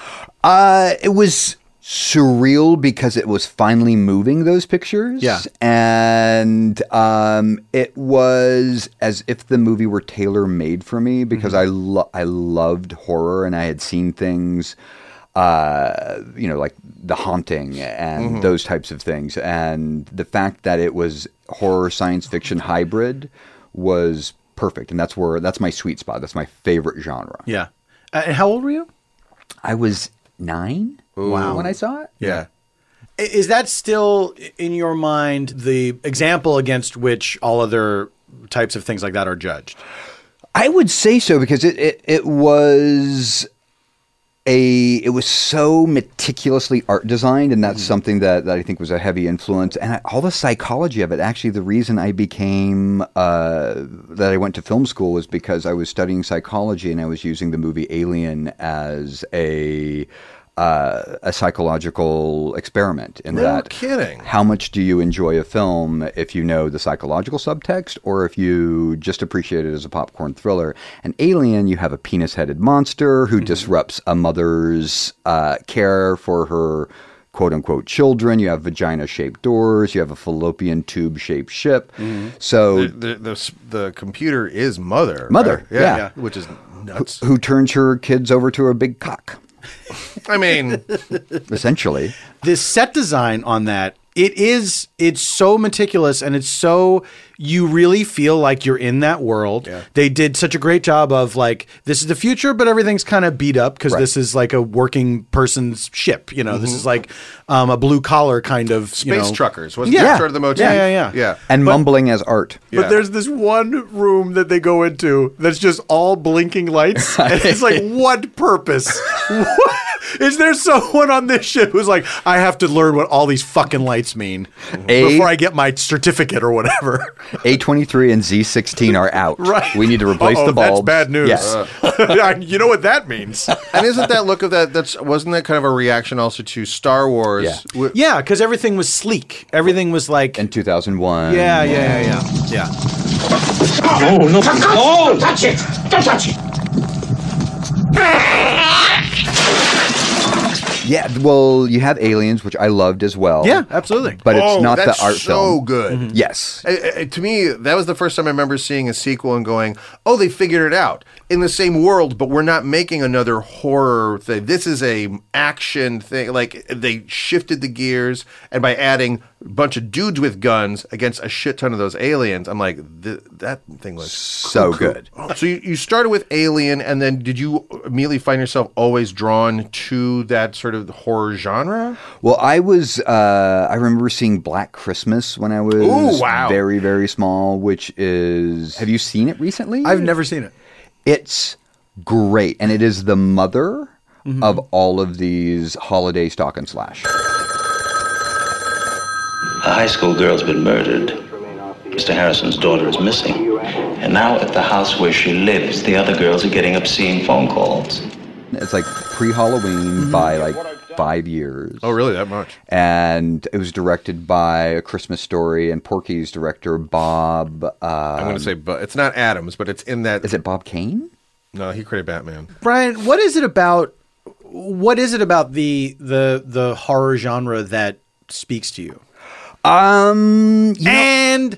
Speaker 6: Uh, it was surreal because it was finally moving those pictures.
Speaker 3: Yeah.
Speaker 6: And um, it was as if the movie were tailor made for me because I, lo- I loved horror and I had seen things, uh, you know, like The Haunting and
Speaker 1: Mhm.
Speaker 6: those types of things. And the fact that it was horror science fiction hybrid was perfect. And that's where that's my sweet spot. That's my favorite genre.
Speaker 3: Yeah. Uh, and how old were you?
Speaker 6: I was nine
Speaker 3: Wow.
Speaker 6: when I saw it.
Speaker 3: Yeah. I- Is that still i- in your mind the example against which all other types of things like that are judged?
Speaker 6: I would say so because it, it it was a it was so meticulously art designed, and that's
Speaker 1: Hmm.
Speaker 6: something that, that I think was a heavy influence. And I, all the psychology of it, actually, the reason I became uh, that I went to film school was because I was studying psychology, and I was using the movie Alien as a uh, a psychological experiment in
Speaker 1: No
Speaker 6: that
Speaker 1: kidding.
Speaker 6: how much do you enjoy a film if you know the psychological subtext or if you just appreciate it as a popcorn thriller? An alien, you have a penis headed monster who disrupts a mother's uh, care for her quote unquote children. You have vagina shaped doors. You have a fallopian tube shaped ship. So
Speaker 1: The, the, the, s- the computer is mother.
Speaker 6: Mother,
Speaker 1: right?
Speaker 6: yeah.
Speaker 1: Which is nuts.
Speaker 6: who turns her kids over to a big cock,
Speaker 1: I mean,
Speaker 6: essentially.
Speaker 3: the set design on that it is it's so meticulous and it's so you really feel like you're in that world they did such a great job of like this is the future but everything's kind of beat up because this is like a working person's ship you know this
Speaker 1: Mhm.
Speaker 3: is like um, a blue collar kind of you
Speaker 1: Space
Speaker 3: know-
Speaker 1: truckers, wasn't that sort of the motif?
Speaker 3: yeah yeah yeah,
Speaker 1: Yeah.
Speaker 6: And mumbling as art.
Speaker 3: But there's this one room that they go into that's just all blinking lights. And it's like, what purpose? What? Is there someone on this ship who's like, I have to learn what all these fucking lights mean
Speaker 6: A-
Speaker 3: before I get my certificate or whatever?
Speaker 6: A23 and Z16 are out.
Speaker 3: Right.
Speaker 6: We need to replace
Speaker 3: Uh-oh,
Speaker 6: the
Speaker 3: that's
Speaker 6: bulbs.
Speaker 3: bad news.
Speaker 6: Yes.
Speaker 3: you know what that means.
Speaker 1: and isn't that look of that? That's wasn't that kind of a reaction also to Star Wars?
Speaker 6: Yeah.
Speaker 1: Wi-
Speaker 3: Yeah, because everything was sleek. Everything was like.
Speaker 6: In 2001.
Speaker 3: Yeah, yeah, yeah, yeah. Yeah.
Speaker 12: Oh, no.
Speaker 9: Oh! Touch it! Don't touch it!
Speaker 6: Yeah, well, you have Aliens, which I loved as well.
Speaker 3: Yeah, absolutely.
Speaker 6: Oh. But it's
Speaker 1: Oh,
Speaker 6: not
Speaker 1: that's
Speaker 6: the art
Speaker 1: so
Speaker 6: film. Mm-hmm.
Speaker 1: good.
Speaker 6: Yes.
Speaker 1: I- I- Uh, to me, that was the first time I remember seeing a sequel and going, "Oh, they figured it out in the same world, but we're not making another horror thing. This is a action thing. Like they shifted the gears, and by adding a bunch of dudes with guns against a shit ton of those aliens, I'm like, th- that thing was
Speaker 6: So good.
Speaker 1: Oh, so you, you started with Alien, and then did you immediately find yourself always drawn to that sort of horror genre?
Speaker 6: Well, I was, uh, I remember seeing Black Christmas when I was
Speaker 1: Ooh, wow.
Speaker 6: very, very small, which is, have you seen it recently?
Speaker 3: I've never seen it.
Speaker 6: It's great, and it is the mother of all of these holiday stock and slash.
Speaker 13: A high school girl's been murdered. Mr. Harrison's daughter is missing. And now at the house where she lives, the other girls are getting obscene phone calls.
Speaker 6: It's like pre Halloween by like five years. Oh,
Speaker 1: really? That much?
Speaker 6: And it was directed by A Christmas Story and Porky's director Bob. Um, I'm
Speaker 1: going to say, but it's not Adams, but it's in that. Is
Speaker 6: it Bob Kane?
Speaker 1: No, he created Batman.
Speaker 3: Brian, what is it about what is it about the the the horror genre that speaks to you?
Speaker 6: Um
Speaker 3: and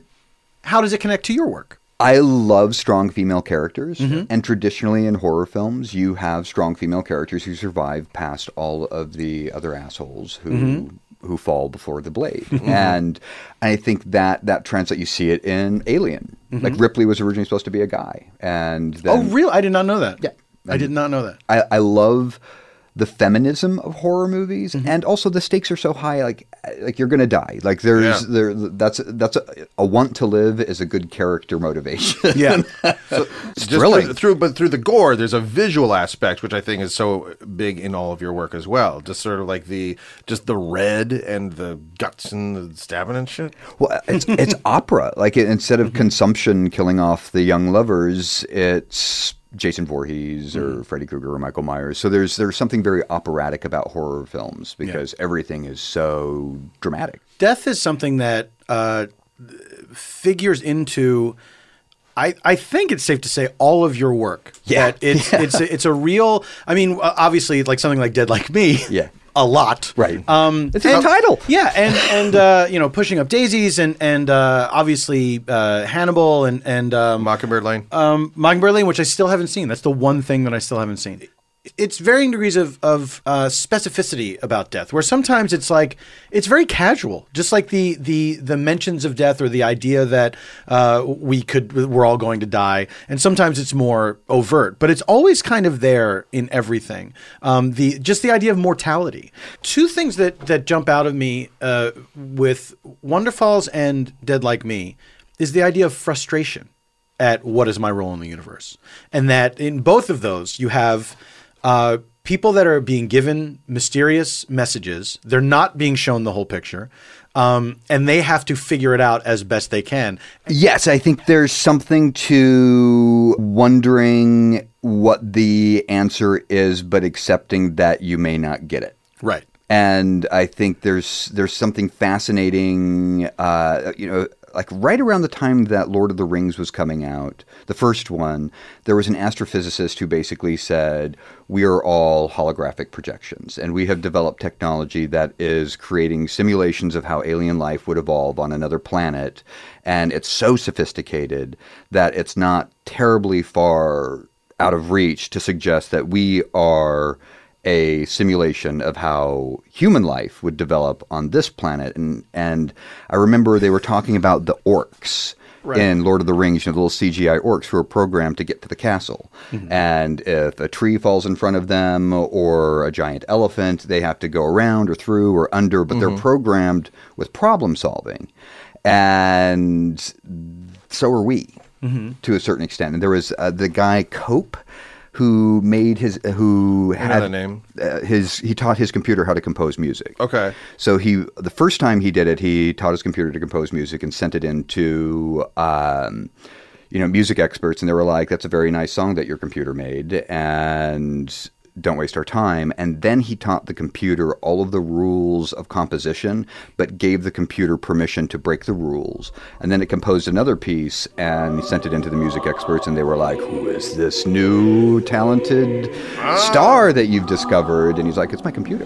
Speaker 3: how does it connect to your work?
Speaker 6: I love strong female characters, and traditionally in horror films, you have strong female characters who survive past all of the other assholes who
Speaker 14: Mhm.
Speaker 6: who fall before the blade.
Speaker 14: Mhm.
Speaker 6: and I think that that translates. You see it in Alien. Like
Speaker 3: Mhm.
Speaker 6: Ripley was originally supposed to be a guy, and then,
Speaker 3: oh, really? I did not know that. Yeah. I
Speaker 6: And-
Speaker 3: did not know that.
Speaker 6: I, I love the feminism of horror movies, and also the stakes are so high. Like, like you're gonna die. Like there's
Speaker 3: Yeah.
Speaker 6: there that's that's a, a want to live is a good character motivation. Yeah,
Speaker 1: Just
Speaker 6: thrilling.
Speaker 1: Through, through- but through the gore, there's a visual aspect which I think is so big in all of your work as well. Just sort of like the just the red and the guts and the stabbing and shit.
Speaker 6: Well, it's it's opera. Like it, instead of consumption killing off the young lovers, it's Jason Voorhees or Freddy Krueger or Michael Myers. So there's there's something very operatic about horror films because everything is so dramatic.
Speaker 3: death is something that uh, figures into. I, I think it's safe to say all of your work.
Speaker 6: Yeah.
Speaker 3: that it's
Speaker 6: Yeah.
Speaker 3: it's a, it's a real. I mean, uh, obviously, like something like Dead Like Me.
Speaker 6: Yeah.
Speaker 3: A lot, right? Um,
Speaker 6: It's in the title.
Speaker 3: yeah, and and uh, you know, pushing up daisies, and and uh, obviously uh, Hannibal, and and um,
Speaker 1: Mockingbird Lane,
Speaker 6: Uh,
Speaker 3: um, Mockingbird Lane, which I still haven't seen. That's the one thing that I still haven't seen it's varying degrees of, of uh, specificity about death where sometimes it's like it's very casual just like the the the mentions of death or the idea that uh, we could we're all going to die and sometimes it's more overt but it's always kind of there in everything um, the just the idea of mortality two things that that jump out of me uh, with wonderfalls and dead like me is the idea of frustration at what is my role in the universe. And that in both of those, you have uh, people that are being given mysterious messages. They're not being shown the whole picture. Um, and they have to figure it out as best they can.
Speaker 6: Yes, I think there's something to wondering what the answer is, but accepting that you may not get it.
Speaker 3: Right.
Speaker 6: And I think there's there's something fascinating, uh, you know, like right around the time that Lord of the Rings was coming out, the first one, there was an astrophysicist who basically said, "We are all holographic projections, and we have developed technology that is creating simulations of how alien life would evolve on another planet, and it's so sophisticated that it's not terribly far out of reach to suggest that we are." a simulation of how human life would develop on this planet. And and I remember they were talking about the orcs
Speaker 14: Right.
Speaker 6: in Lord of the Rings, you know, the little CGI orcs who are programmed to get to the castle.
Speaker 14: Mhm.
Speaker 6: And if a tree falls in front of them or a giant elephant, they have to go around or through or under, but
Speaker 14: Mhm.
Speaker 6: they're programmed with problem solving. And so are we
Speaker 14: Mhm.
Speaker 6: to a certain extent. And there was uh, the guy Cope who made his who had
Speaker 1: the name.
Speaker 6: uh, his he taught his computer how to compose music.
Speaker 1: Okay.
Speaker 6: So he the first time he did it, he taught his computer to compose music and sent it into um, you know music experts, and they were like, "That's a very nice song that your computer made," and don't waste our time. And then he taught the computer all of the rules of composition, but gave the computer permission to break the rules. And then it composed another piece and he sent it into the music experts, and they were like, Who is this new talented star that you've discovered? And he's like, It's my computer.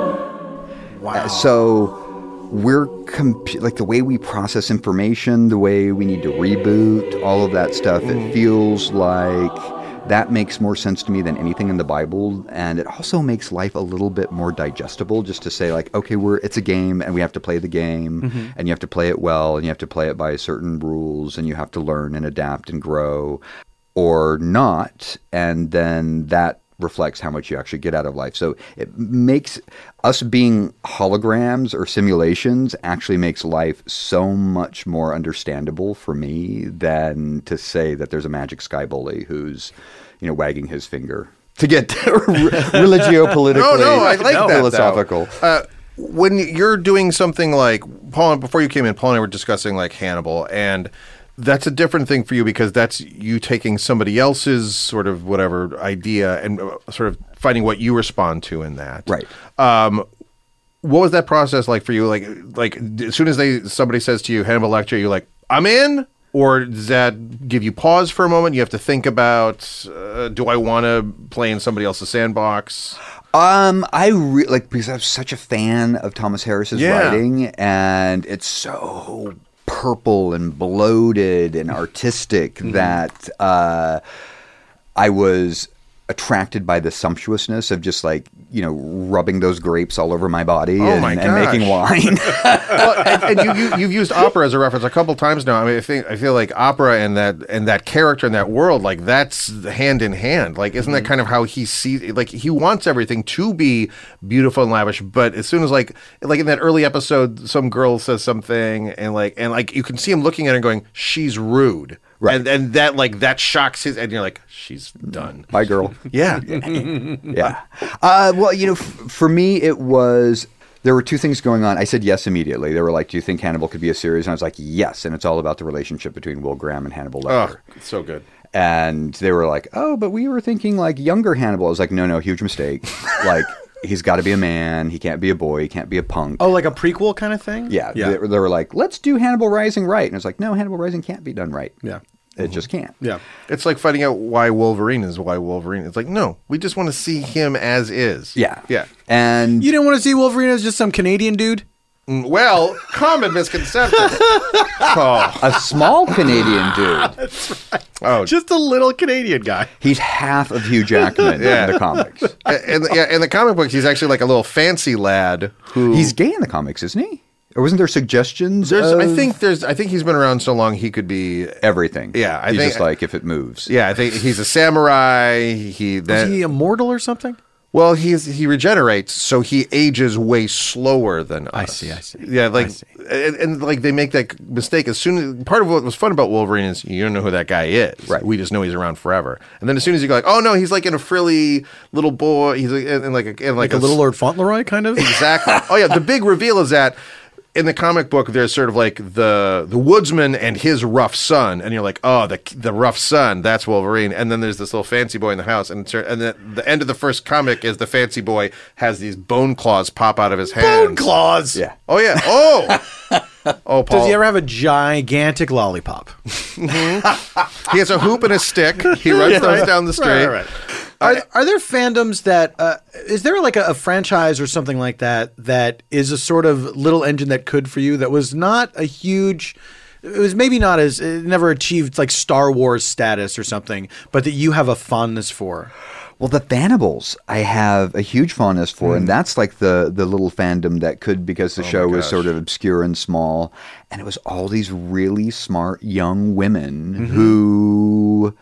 Speaker 6: Uh, So we're comp- like the way we process information, the way we need to reboot, all of that stuff.
Speaker 1: Mm.
Speaker 6: It feels like that makes more sense to me than anything in the Bible, and it also makes life a little bit more digestible. Just to say, like, okay, we're it's a game, and we have to play the game,
Speaker 14: Mhm.
Speaker 6: and you have to play it well, and you have to play it by certain rules, and you have to learn and adapt and grow or not, and then that reflects how much you actually get out of life. So it makes us being holograms or simulations actually makes life so much more understandable for me than to say that there's a magic sky bully who's, you know, wagging his finger to get religio politically.
Speaker 1: No, no, I like that. though.
Speaker 6: philosophical.
Speaker 1: Uh, when you're doing something like Paul, and- before you came in, Paul and I were discussing like Hannibal, and that's a different thing for you because that's you taking somebody else's sort of whatever idea and uh, sort of finding what you respond to in that. Right. Um, what was that process like for you? Like, like as soon as they somebody says to you Hannibal Lecter, you're like, I'm in. Or does that give you pause for a moment? You have to think about, uh, do I want to play in somebody else's sandbox?
Speaker 6: Um, I re- like because I'm such a fan of Thomas Harris's
Speaker 1: Yeah.
Speaker 6: writing, and it's so purple and bloated and artistic
Speaker 1: Mm-hmm.
Speaker 6: that uh, I was attracted by the sumptuousness of just like you know rubbing those grapes all over my body
Speaker 1: Oh
Speaker 6: and,
Speaker 1: my
Speaker 6: and making
Speaker 1: gosh.
Speaker 6: wine.
Speaker 1: well, and, and you, you, you've used opera as a reference a couple times now. I mean, I think I feel like opera and that and that character and that world, like that's hand in hand. Like, isn't that kind of how he sees? Like, he wants everything to be beautiful and lavish, but as soon as like like in that early episode, some girl says something, and like and like you can see him looking at her and going, "She's rude." Right. And, and that like that shocks his and you're like she's done
Speaker 6: Bye, girl.
Speaker 1: yeah
Speaker 6: yeah. Uh, well, you know, f- for me, it was there were two things going on. I said yes immediately. They were like, "Do you think Hannibal could be a series?" And I was like, "Yes." And it's all about the relationship between Will Graham and Hannibal Lecter.
Speaker 1: oh it's so good
Speaker 6: And they were like, "Oh, but we were thinking like younger Hannibal." I was like, "No, no, huge mistake. like he's got to be a man. He can't be a boy. He can't be a punk."
Speaker 3: Oh, like a prequel kind of thing?
Speaker 6: Yeah, They, they were like, "Let's do Hannibal Rising right," and it's like, "No, Hannibal Rising can't be done right.
Speaker 3: Yeah,
Speaker 6: it just can't."
Speaker 3: Yeah.
Speaker 1: It's like finding out why Wolverine is why Wolverine. It's like, no, we just want to see him as is.
Speaker 6: Yeah.
Speaker 1: Yeah.
Speaker 6: And
Speaker 3: You didn't want to see Wolverine as just some Canadian dude?
Speaker 1: Mm, Well, common misconception. oh.
Speaker 6: A small Canadian dude.
Speaker 1: Oh,
Speaker 3: Just a little Canadian guy.
Speaker 6: He's half of Hugh Jackman in the comics.
Speaker 1: and yeah, in the comic books, he's actually like a little fancy lad who
Speaker 6: He's gay in the comics, isn't he? Or wasn't there suggestions?
Speaker 1: There's, I
Speaker 6: of-
Speaker 1: think there's, I think he's been around so long he could be
Speaker 6: everything.
Speaker 1: Yeah, I
Speaker 6: He's
Speaker 1: think
Speaker 6: just like if it moves.
Speaker 1: Yeah, I think he's a samurai. He
Speaker 3: Is
Speaker 1: that
Speaker 3: he immortal or something?
Speaker 1: Well, he's he regenerates, so he ages way slower than us. I see, I see. Yeah, like And, and like they make that mistake as soon as part of what was fun about Wolverine is you don't know who that guy is. Right. We just know he's around forever. And then as soon as you go like, oh no, he's like in a frilly little boy. He's like in, in like a, in like,
Speaker 3: Like, a little
Speaker 1: s-
Speaker 3: Lord Fauntleroy kind of?
Speaker 1: Exactly. oh yeah, the big reveal is that in the comic book there's sort of like the the woodsman and his rough son and you're like, "Oh, the the rough son, that's Wolverine." And then there's this little fancy boy in the house and it's- and the, the end of the first comic is the fancy boy has these bone claws pop out of his hands.
Speaker 3: Bone claws.
Speaker 1: Yeah. Oh yeah. Oh. oh, Paul.
Speaker 3: Does he ever have a gigantic lollipop?
Speaker 1: he has a hoop and a stick. He runs
Speaker 3: Yeah,
Speaker 1: those
Speaker 3: right.
Speaker 1: down the
Speaker 3: Right,
Speaker 1: street.
Speaker 3: right, Are, are there fandoms that uh, is there like a, a franchise or something like that that is a sort of little engine that could for you that was not a huge it was maybe not as it never achieved like Star Wars status or something but that you have a fondness for
Speaker 6: Well, the Thanables, I have a huge fondness for, and that's like the the little fandom that could because the show was sort of obscure and small, and it was all these really smart young women who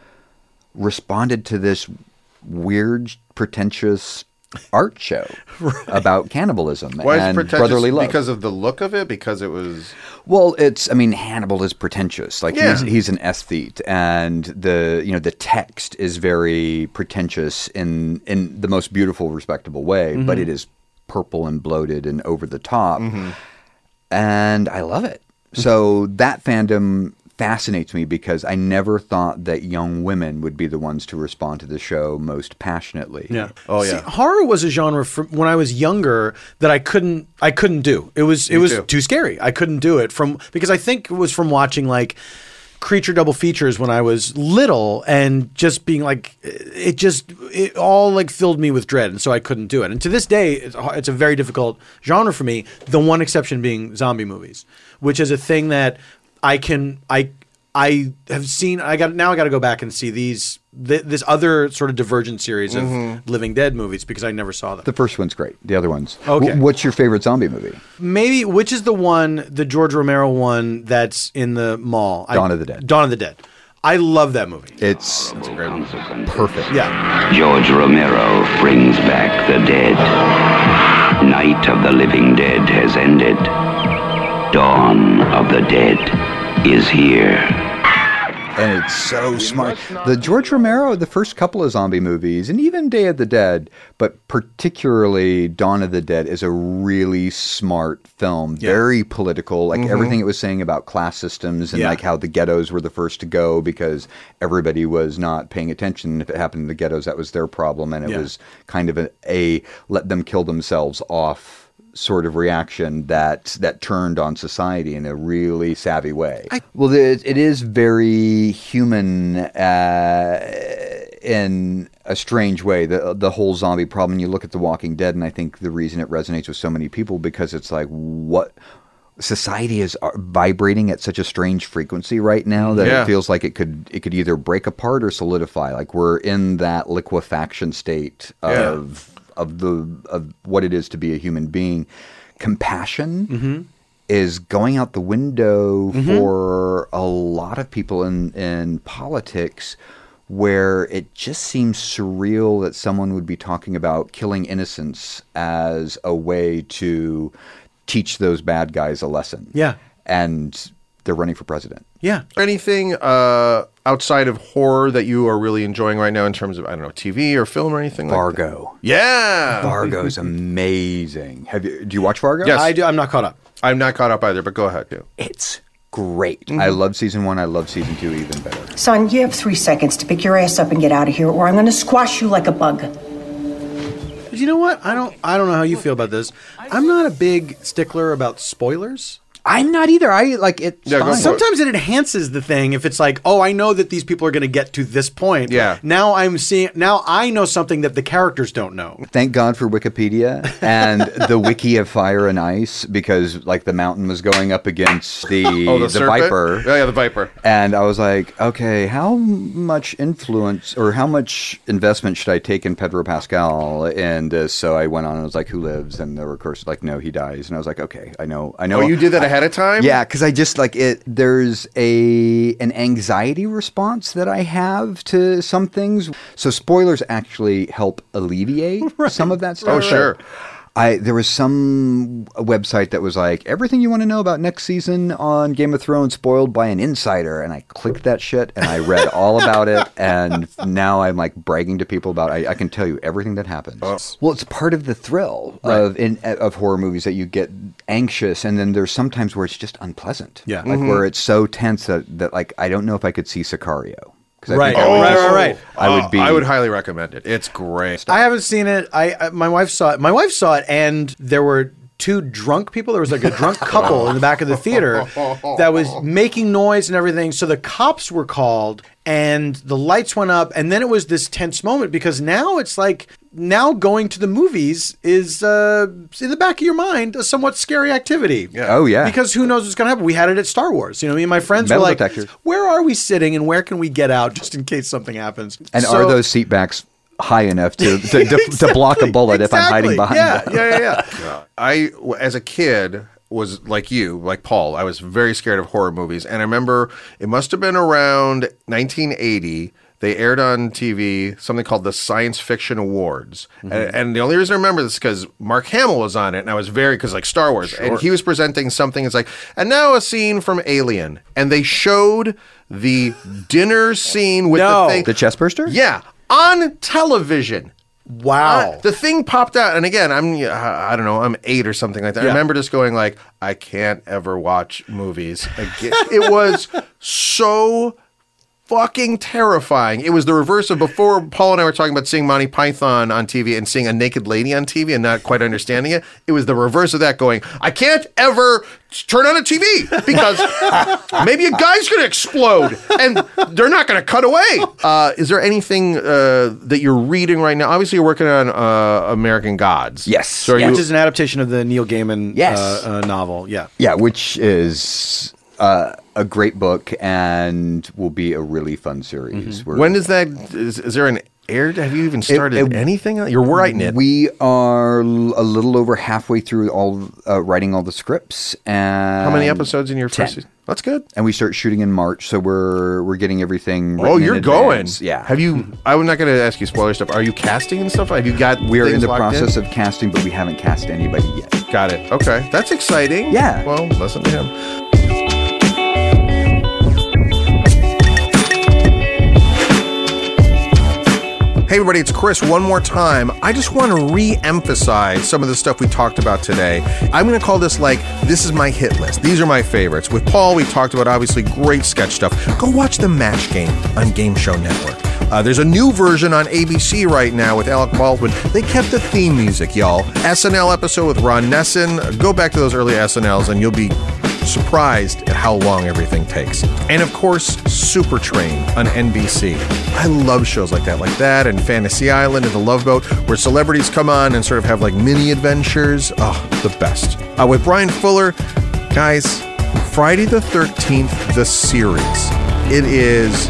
Speaker 6: responded to this weird, pretentious art show about cannibalism
Speaker 1: Why is it
Speaker 6: and
Speaker 1: pretentious?
Speaker 6: brotherly love.
Speaker 1: Because of the look of it. Because it was.
Speaker 6: Well, it's I mean Hannibal is pretentious. Like he's
Speaker 1: Yeah.
Speaker 6: he's an aesthete and the you know the text is very pretentious in in the most beautiful respectable way, but
Speaker 1: Mhm.
Speaker 6: it is purple and bloated and over the top. And I love it. So that fandom fascinates me because I never thought that young women would be the ones to respond to the show most passionately.
Speaker 3: Yeah. See, horror was a genre from when I was younger that I couldn't I couldn't do. It was it
Speaker 1: Me
Speaker 3: was
Speaker 1: too.
Speaker 3: too scary. I couldn't do it from because I think it was from watching like creature double features when I was little and just being like it just it all like filled me with dread and so I couldn't do it. And to this day it's a- it's a very difficult genre for me, the one exception being zombie movies, which is a thing that I can I I have seen I got now I got to go back and see these th- this other sort of divergent series of
Speaker 6: Mhm.
Speaker 3: Living Dead movies because I never saw them.
Speaker 6: The first one's great. The other ones.
Speaker 3: Okay.
Speaker 6: Wh- what's your favorite zombie movie?
Speaker 3: Maybe which is the one, the George Romero one that's in the mall?
Speaker 6: Dawn of the Dead.
Speaker 3: Dawn of the Dead. I love that movie.
Speaker 15: It's, it's perfect.
Speaker 3: Yeah.
Speaker 6: George Romero brings back the dead. Night of the living dead has ended. Dawn of the dead is here.
Speaker 10: and it's so smart. The George Romero, the first couple of zombie movies, and even Day of the Dead, but particularly Dawn of the Dead, is a really smart film. Very political, like
Speaker 1: Mm-hmm.
Speaker 15: Mhm.
Speaker 10: everything it was saying about class systems and
Speaker 15: Yeah.
Speaker 10: like how the ghettos were the first to go because everybody was not paying attention. If it happened in the ghettos, that was their problem, and it
Speaker 15: Yeah.
Speaker 10: was kind of a, a let them kill themselves off sort of reaction that that turned on society in a really savvy way. well, the, it is very human uh, in a strange way. The the whole zombie problem. You look at The Walking Dead, and I think the reason it resonates with so many people because it's like what. Society is uh, vibrating at such a strange frequency right now that
Speaker 15: Yeah.
Speaker 10: it feels like it could it could either break apart or solidify. Like we're in that liquefaction state
Speaker 15: Yeah.
Speaker 10: of of the of what it is to be a human being. Compassion
Speaker 15: Mhm.
Speaker 10: Mm-hmm. is going out the window
Speaker 15: Mhm.
Speaker 10: for a lot of people in in politics where it just seems surreal that someone would be talking about killing innocents as a way to teach those bad guys a lesson.
Speaker 3: Yeah.
Speaker 10: And they're running for president.
Speaker 3: Yeah.
Speaker 1: Anything uh, outside of horror that you are really enjoying right now in terms of I don't know TV or film or anything?
Speaker 10: Fargo.
Speaker 1: Like that? Yeah.
Speaker 10: Fargo's amazing. Have you? Do you watch Fargo?
Speaker 1: Yes. I
Speaker 3: do. I'm not caught up.
Speaker 1: I'm not caught up either. But go ahead. Do.
Speaker 10: It's great. I love season one. I love season two even better.
Speaker 8: Son, you have three seconds to pick your ass up and get out of here, or I'm gonna squash you like a bug.
Speaker 3: But you know what? I don't I don't know how you feel about this. I'm not a big stickler about spoilers.
Speaker 10: I'm not either. I like it.
Speaker 1: Yeah, go fine. for it.
Speaker 3: Sometimes it enhances the thing if it's like, oh, I know that these people are going to get to this point. Yeah. Now I'm seeing. Now I know something that the characters don't know.
Speaker 10: Thank God for Wikipedia and the wiki of fire and ice because like the mountain was going up against the
Speaker 1: Oh, the
Speaker 10: the,
Speaker 1: serpent?
Speaker 10: viper.
Speaker 1: Oh, yeah, the viper.
Speaker 10: And I was like, okay, how much influence or how much investment should I take in Pedro Pascal? And uh, so I went on and was like, who lives? And there were of course like, no, he dies. And I was like, okay, I know, I know.
Speaker 1: Oh, you did that
Speaker 10: I-
Speaker 1: ahead of time?
Speaker 10: Yeah, because I just like it. There's a an anxiety response that I have to some things. So spoilers actually help alleviate some of that stuff.
Speaker 1: Oh, sure.
Speaker 10: I there was some website that was like everything you want to know about next season on Game of Thrones spoiled by an insider, and I clicked that shit and I read all about it, and now I'm like bragging to people about I, I can tell you everything that happens. Well, it's part of the thrill of in of horror movies that you get anxious, and then there's sometimes where it's just unpleasant.
Speaker 3: Yeah.
Speaker 10: like
Speaker 3: Mhm.
Speaker 10: where it's so tense that that like I don't know if I could see Sicario. 'Cause I
Speaker 3: Right.
Speaker 10: think I would
Speaker 3: Oh, right,
Speaker 10: just-
Speaker 3: right, right. Oh,
Speaker 10: I
Speaker 1: Uh,
Speaker 10: would be.
Speaker 1: I would highly recommend it. It's great.
Speaker 3: I haven't seen it. I, I my wife saw it. My wife saw it, and there were two drunk people. There was like a drunk couple in the back of the theater that was making noise and everything. So the cops were called, and the lights went up, and then it was this tense moment because now it's like now going to the movies is uh, in the back of your mind a somewhat scary activity.
Speaker 10: Oh, yeah.
Speaker 3: because who knows what's going to happen? We had it at Star Wars. You know, me and my friends
Speaker 10: Metal
Speaker 3: were like,
Speaker 10: detectors.
Speaker 3: "Where are we sitting, and where can we get out just in case something happens?"
Speaker 10: And
Speaker 3: So-
Speaker 10: are those seat backs high enough to to, to, to block a bullet if I'm hiding behind
Speaker 1: yeah,
Speaker 10: them?
Speaker 1: yeah, yeah, yeah. I, w- as a kid, was like you, like Paul. I was very scared of horror movies, and I remember it must have been around 1980. They aired on TV something called the Science Fiction Awards, and, and the only reason I remember this is because Mark Hamill was on it, and I was very because like Star Wars, and
Speaker 15: Sure.
Speaker 1: he was presenting something. It's like, and now a scene from Alien, and they showed the dinner scene with
Speaker 10: No.
Speaker 1: the thing,
Speaker 10: The chestburster.
Speaker 1: yeah, on television.
Speaker 3: Wow.
Speaker 1: the thing popped out, and again, I'm uh, I don't know, I'm eight or something like that. I
Speaker 15: Yeah.
Speaker 1: remember just going like, I can't ever watch movies again. it was so fucking terrifying. It was the reverse of before Paul and I were talking about seeing Monty Python on TV and seeing a naked lady on TV and not quite understanding it. It was the reverse of that going, I can't ever turn on a TV because maybe a guy's going to explode and they're not going to cut away. Uh, is there anything uh, that you're reading right now? Obviously, you're working on uh, American Gods. Yes. So are
Speaker 3: which
Speaker 1: you-
Speaker 3: is an adaptation of the Neil Gaiman
Speaker 1: Yes.
Speaker 3: uh, uh, novel. Yeah.
Speaker 10: Yeah, which is uh, a great book and will be a really fun series. We're-
Speaker 1: when is that? Is, is there an aired? Have you even started anything? You're writing it.
Speaker 6: We are l- a little over halfway through all uh, writing all the scripts. And
Speaker 1: How many
Speaker 15: um,
Speaker 1: episodes in your first
Speaker 6: 10.
Speaker 1: season? That's good.
Speaker 6: And we start shooting in March, so we're we're getting everything.
Speaker 1: Oh,
Speaker 6: written in
Speaker 1: you're going.
Speaker 6: advance. Yeah.
Speaker 1: Have you? I'm not going to ask you spoiler stuff. Are you casting and stuff? Have you got?
Speaker 6: We are in
Speaker 1: things
Speaker 6: the
Speaker 1: locked
Speaker 6: process of casting, but we haven't cast anybody yet.
Speaker 1: Got it. Okay, that's exciting.
Speaker 6: Yeah.
Speaker 1: Well, listen to him. Hey, everybody, it's Chris one more time. I just want to re emphasize some of the stuff we talked about today. I'm going to call this like, this is my hit list. These are my favorites. With Paul, we talked about obviously great sketch stuff. Go watch The Match Game on Game Show Network. Uh, there's a new version on ABC right now with Alec Baldwin. They kept the theme music, y'all. SNL episode with Ron Nesson. Go back to those early SNLs and you'll be surprised at how long everything takes. And of course, Super Train on NBC. I love shows like that, like that, and Fantasy Island and The Love Boat, where celebrities come on and sort of have like mini adventures. Oh, the best. Uh, with Brian Fuller, guys, Friday the 13th, the series. It is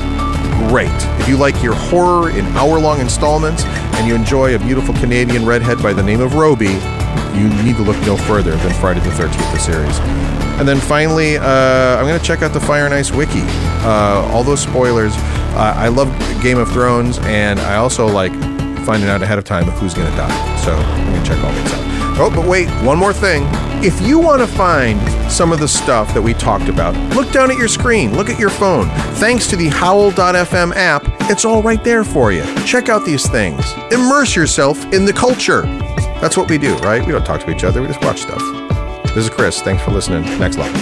Speaker 1: great. If you like your horror in hour long installments and you enjoy a beautiful Canadian redhead by the name of Roby, you need to look no further than Friday the 13th, the series. And then finally, uh, I'm going to check out the Fire and Ice Wiki. Uh, all those spoilers. Uh, I love Game of Thrones, and I also like finding out ahead of time who's going to die. So I'm going to check all these out. Oh, but wait, one more thing. If you want to find some of the stuff that we talked about, look down at your screen, look at your phone. Thanks to the Howl.fm app, it's all right there for you. Check out these things. Immerse yourself in the culture. That's what we do, right? We don't talk to each other, we just watch stuff. This is Chris. Thanks for listening. Next level.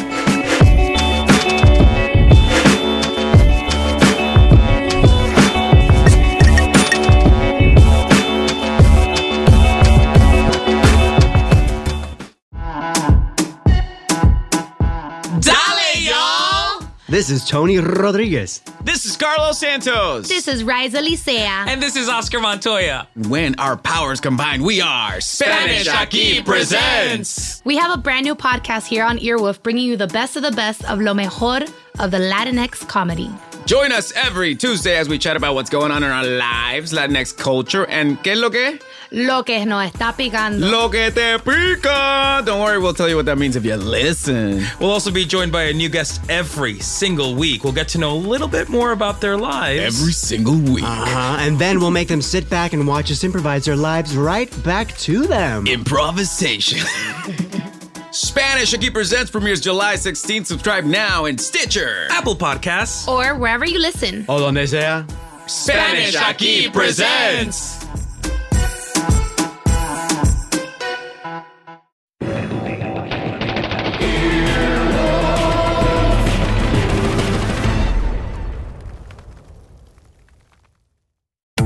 Speaker 16: Dale, y'all!
Speaker 17: This is Tony Rodriguez.
Speaker 16: This is Carlos Santos.
Speaker 18: This is Riza Licea.
Speaker 16: and this is Oscar Montoya.
Speaker 17: When our powers combine, we are
Speaker 16: Spanish Aquí presents.
Speaker 18: We have a brand new podcast here on Earwolf bringing you the best of the best of lo mejor of the Latinx comedy.
Speaker 17: Join us every Tuesday as we chat about what's going on in our lives, Latinx culture, and qué es lo que?
Speaker 18: Lo que nos está picando.
Speaker 17: Lo que te pica. Don't worry, we'll tell you what that means if you listen.
Speaker 16: We'll also be joined by a new guest every single week. We'll get to know a little bit more about their lives.
Speaker 17: single week.
Speaker 16: Uh-huh.
Speaker 17: And then we'll make them sit back and watch us improvise their lives right back to them. Improvisation. Spanish Aki Presents premieres July 16th. Subscribe now in Stitcher, Apple Podcasts,
Speaker 18: Or wherever you listen.
Speaker 17: o donde sea.
Speaker 16: Spanish Aquí presents.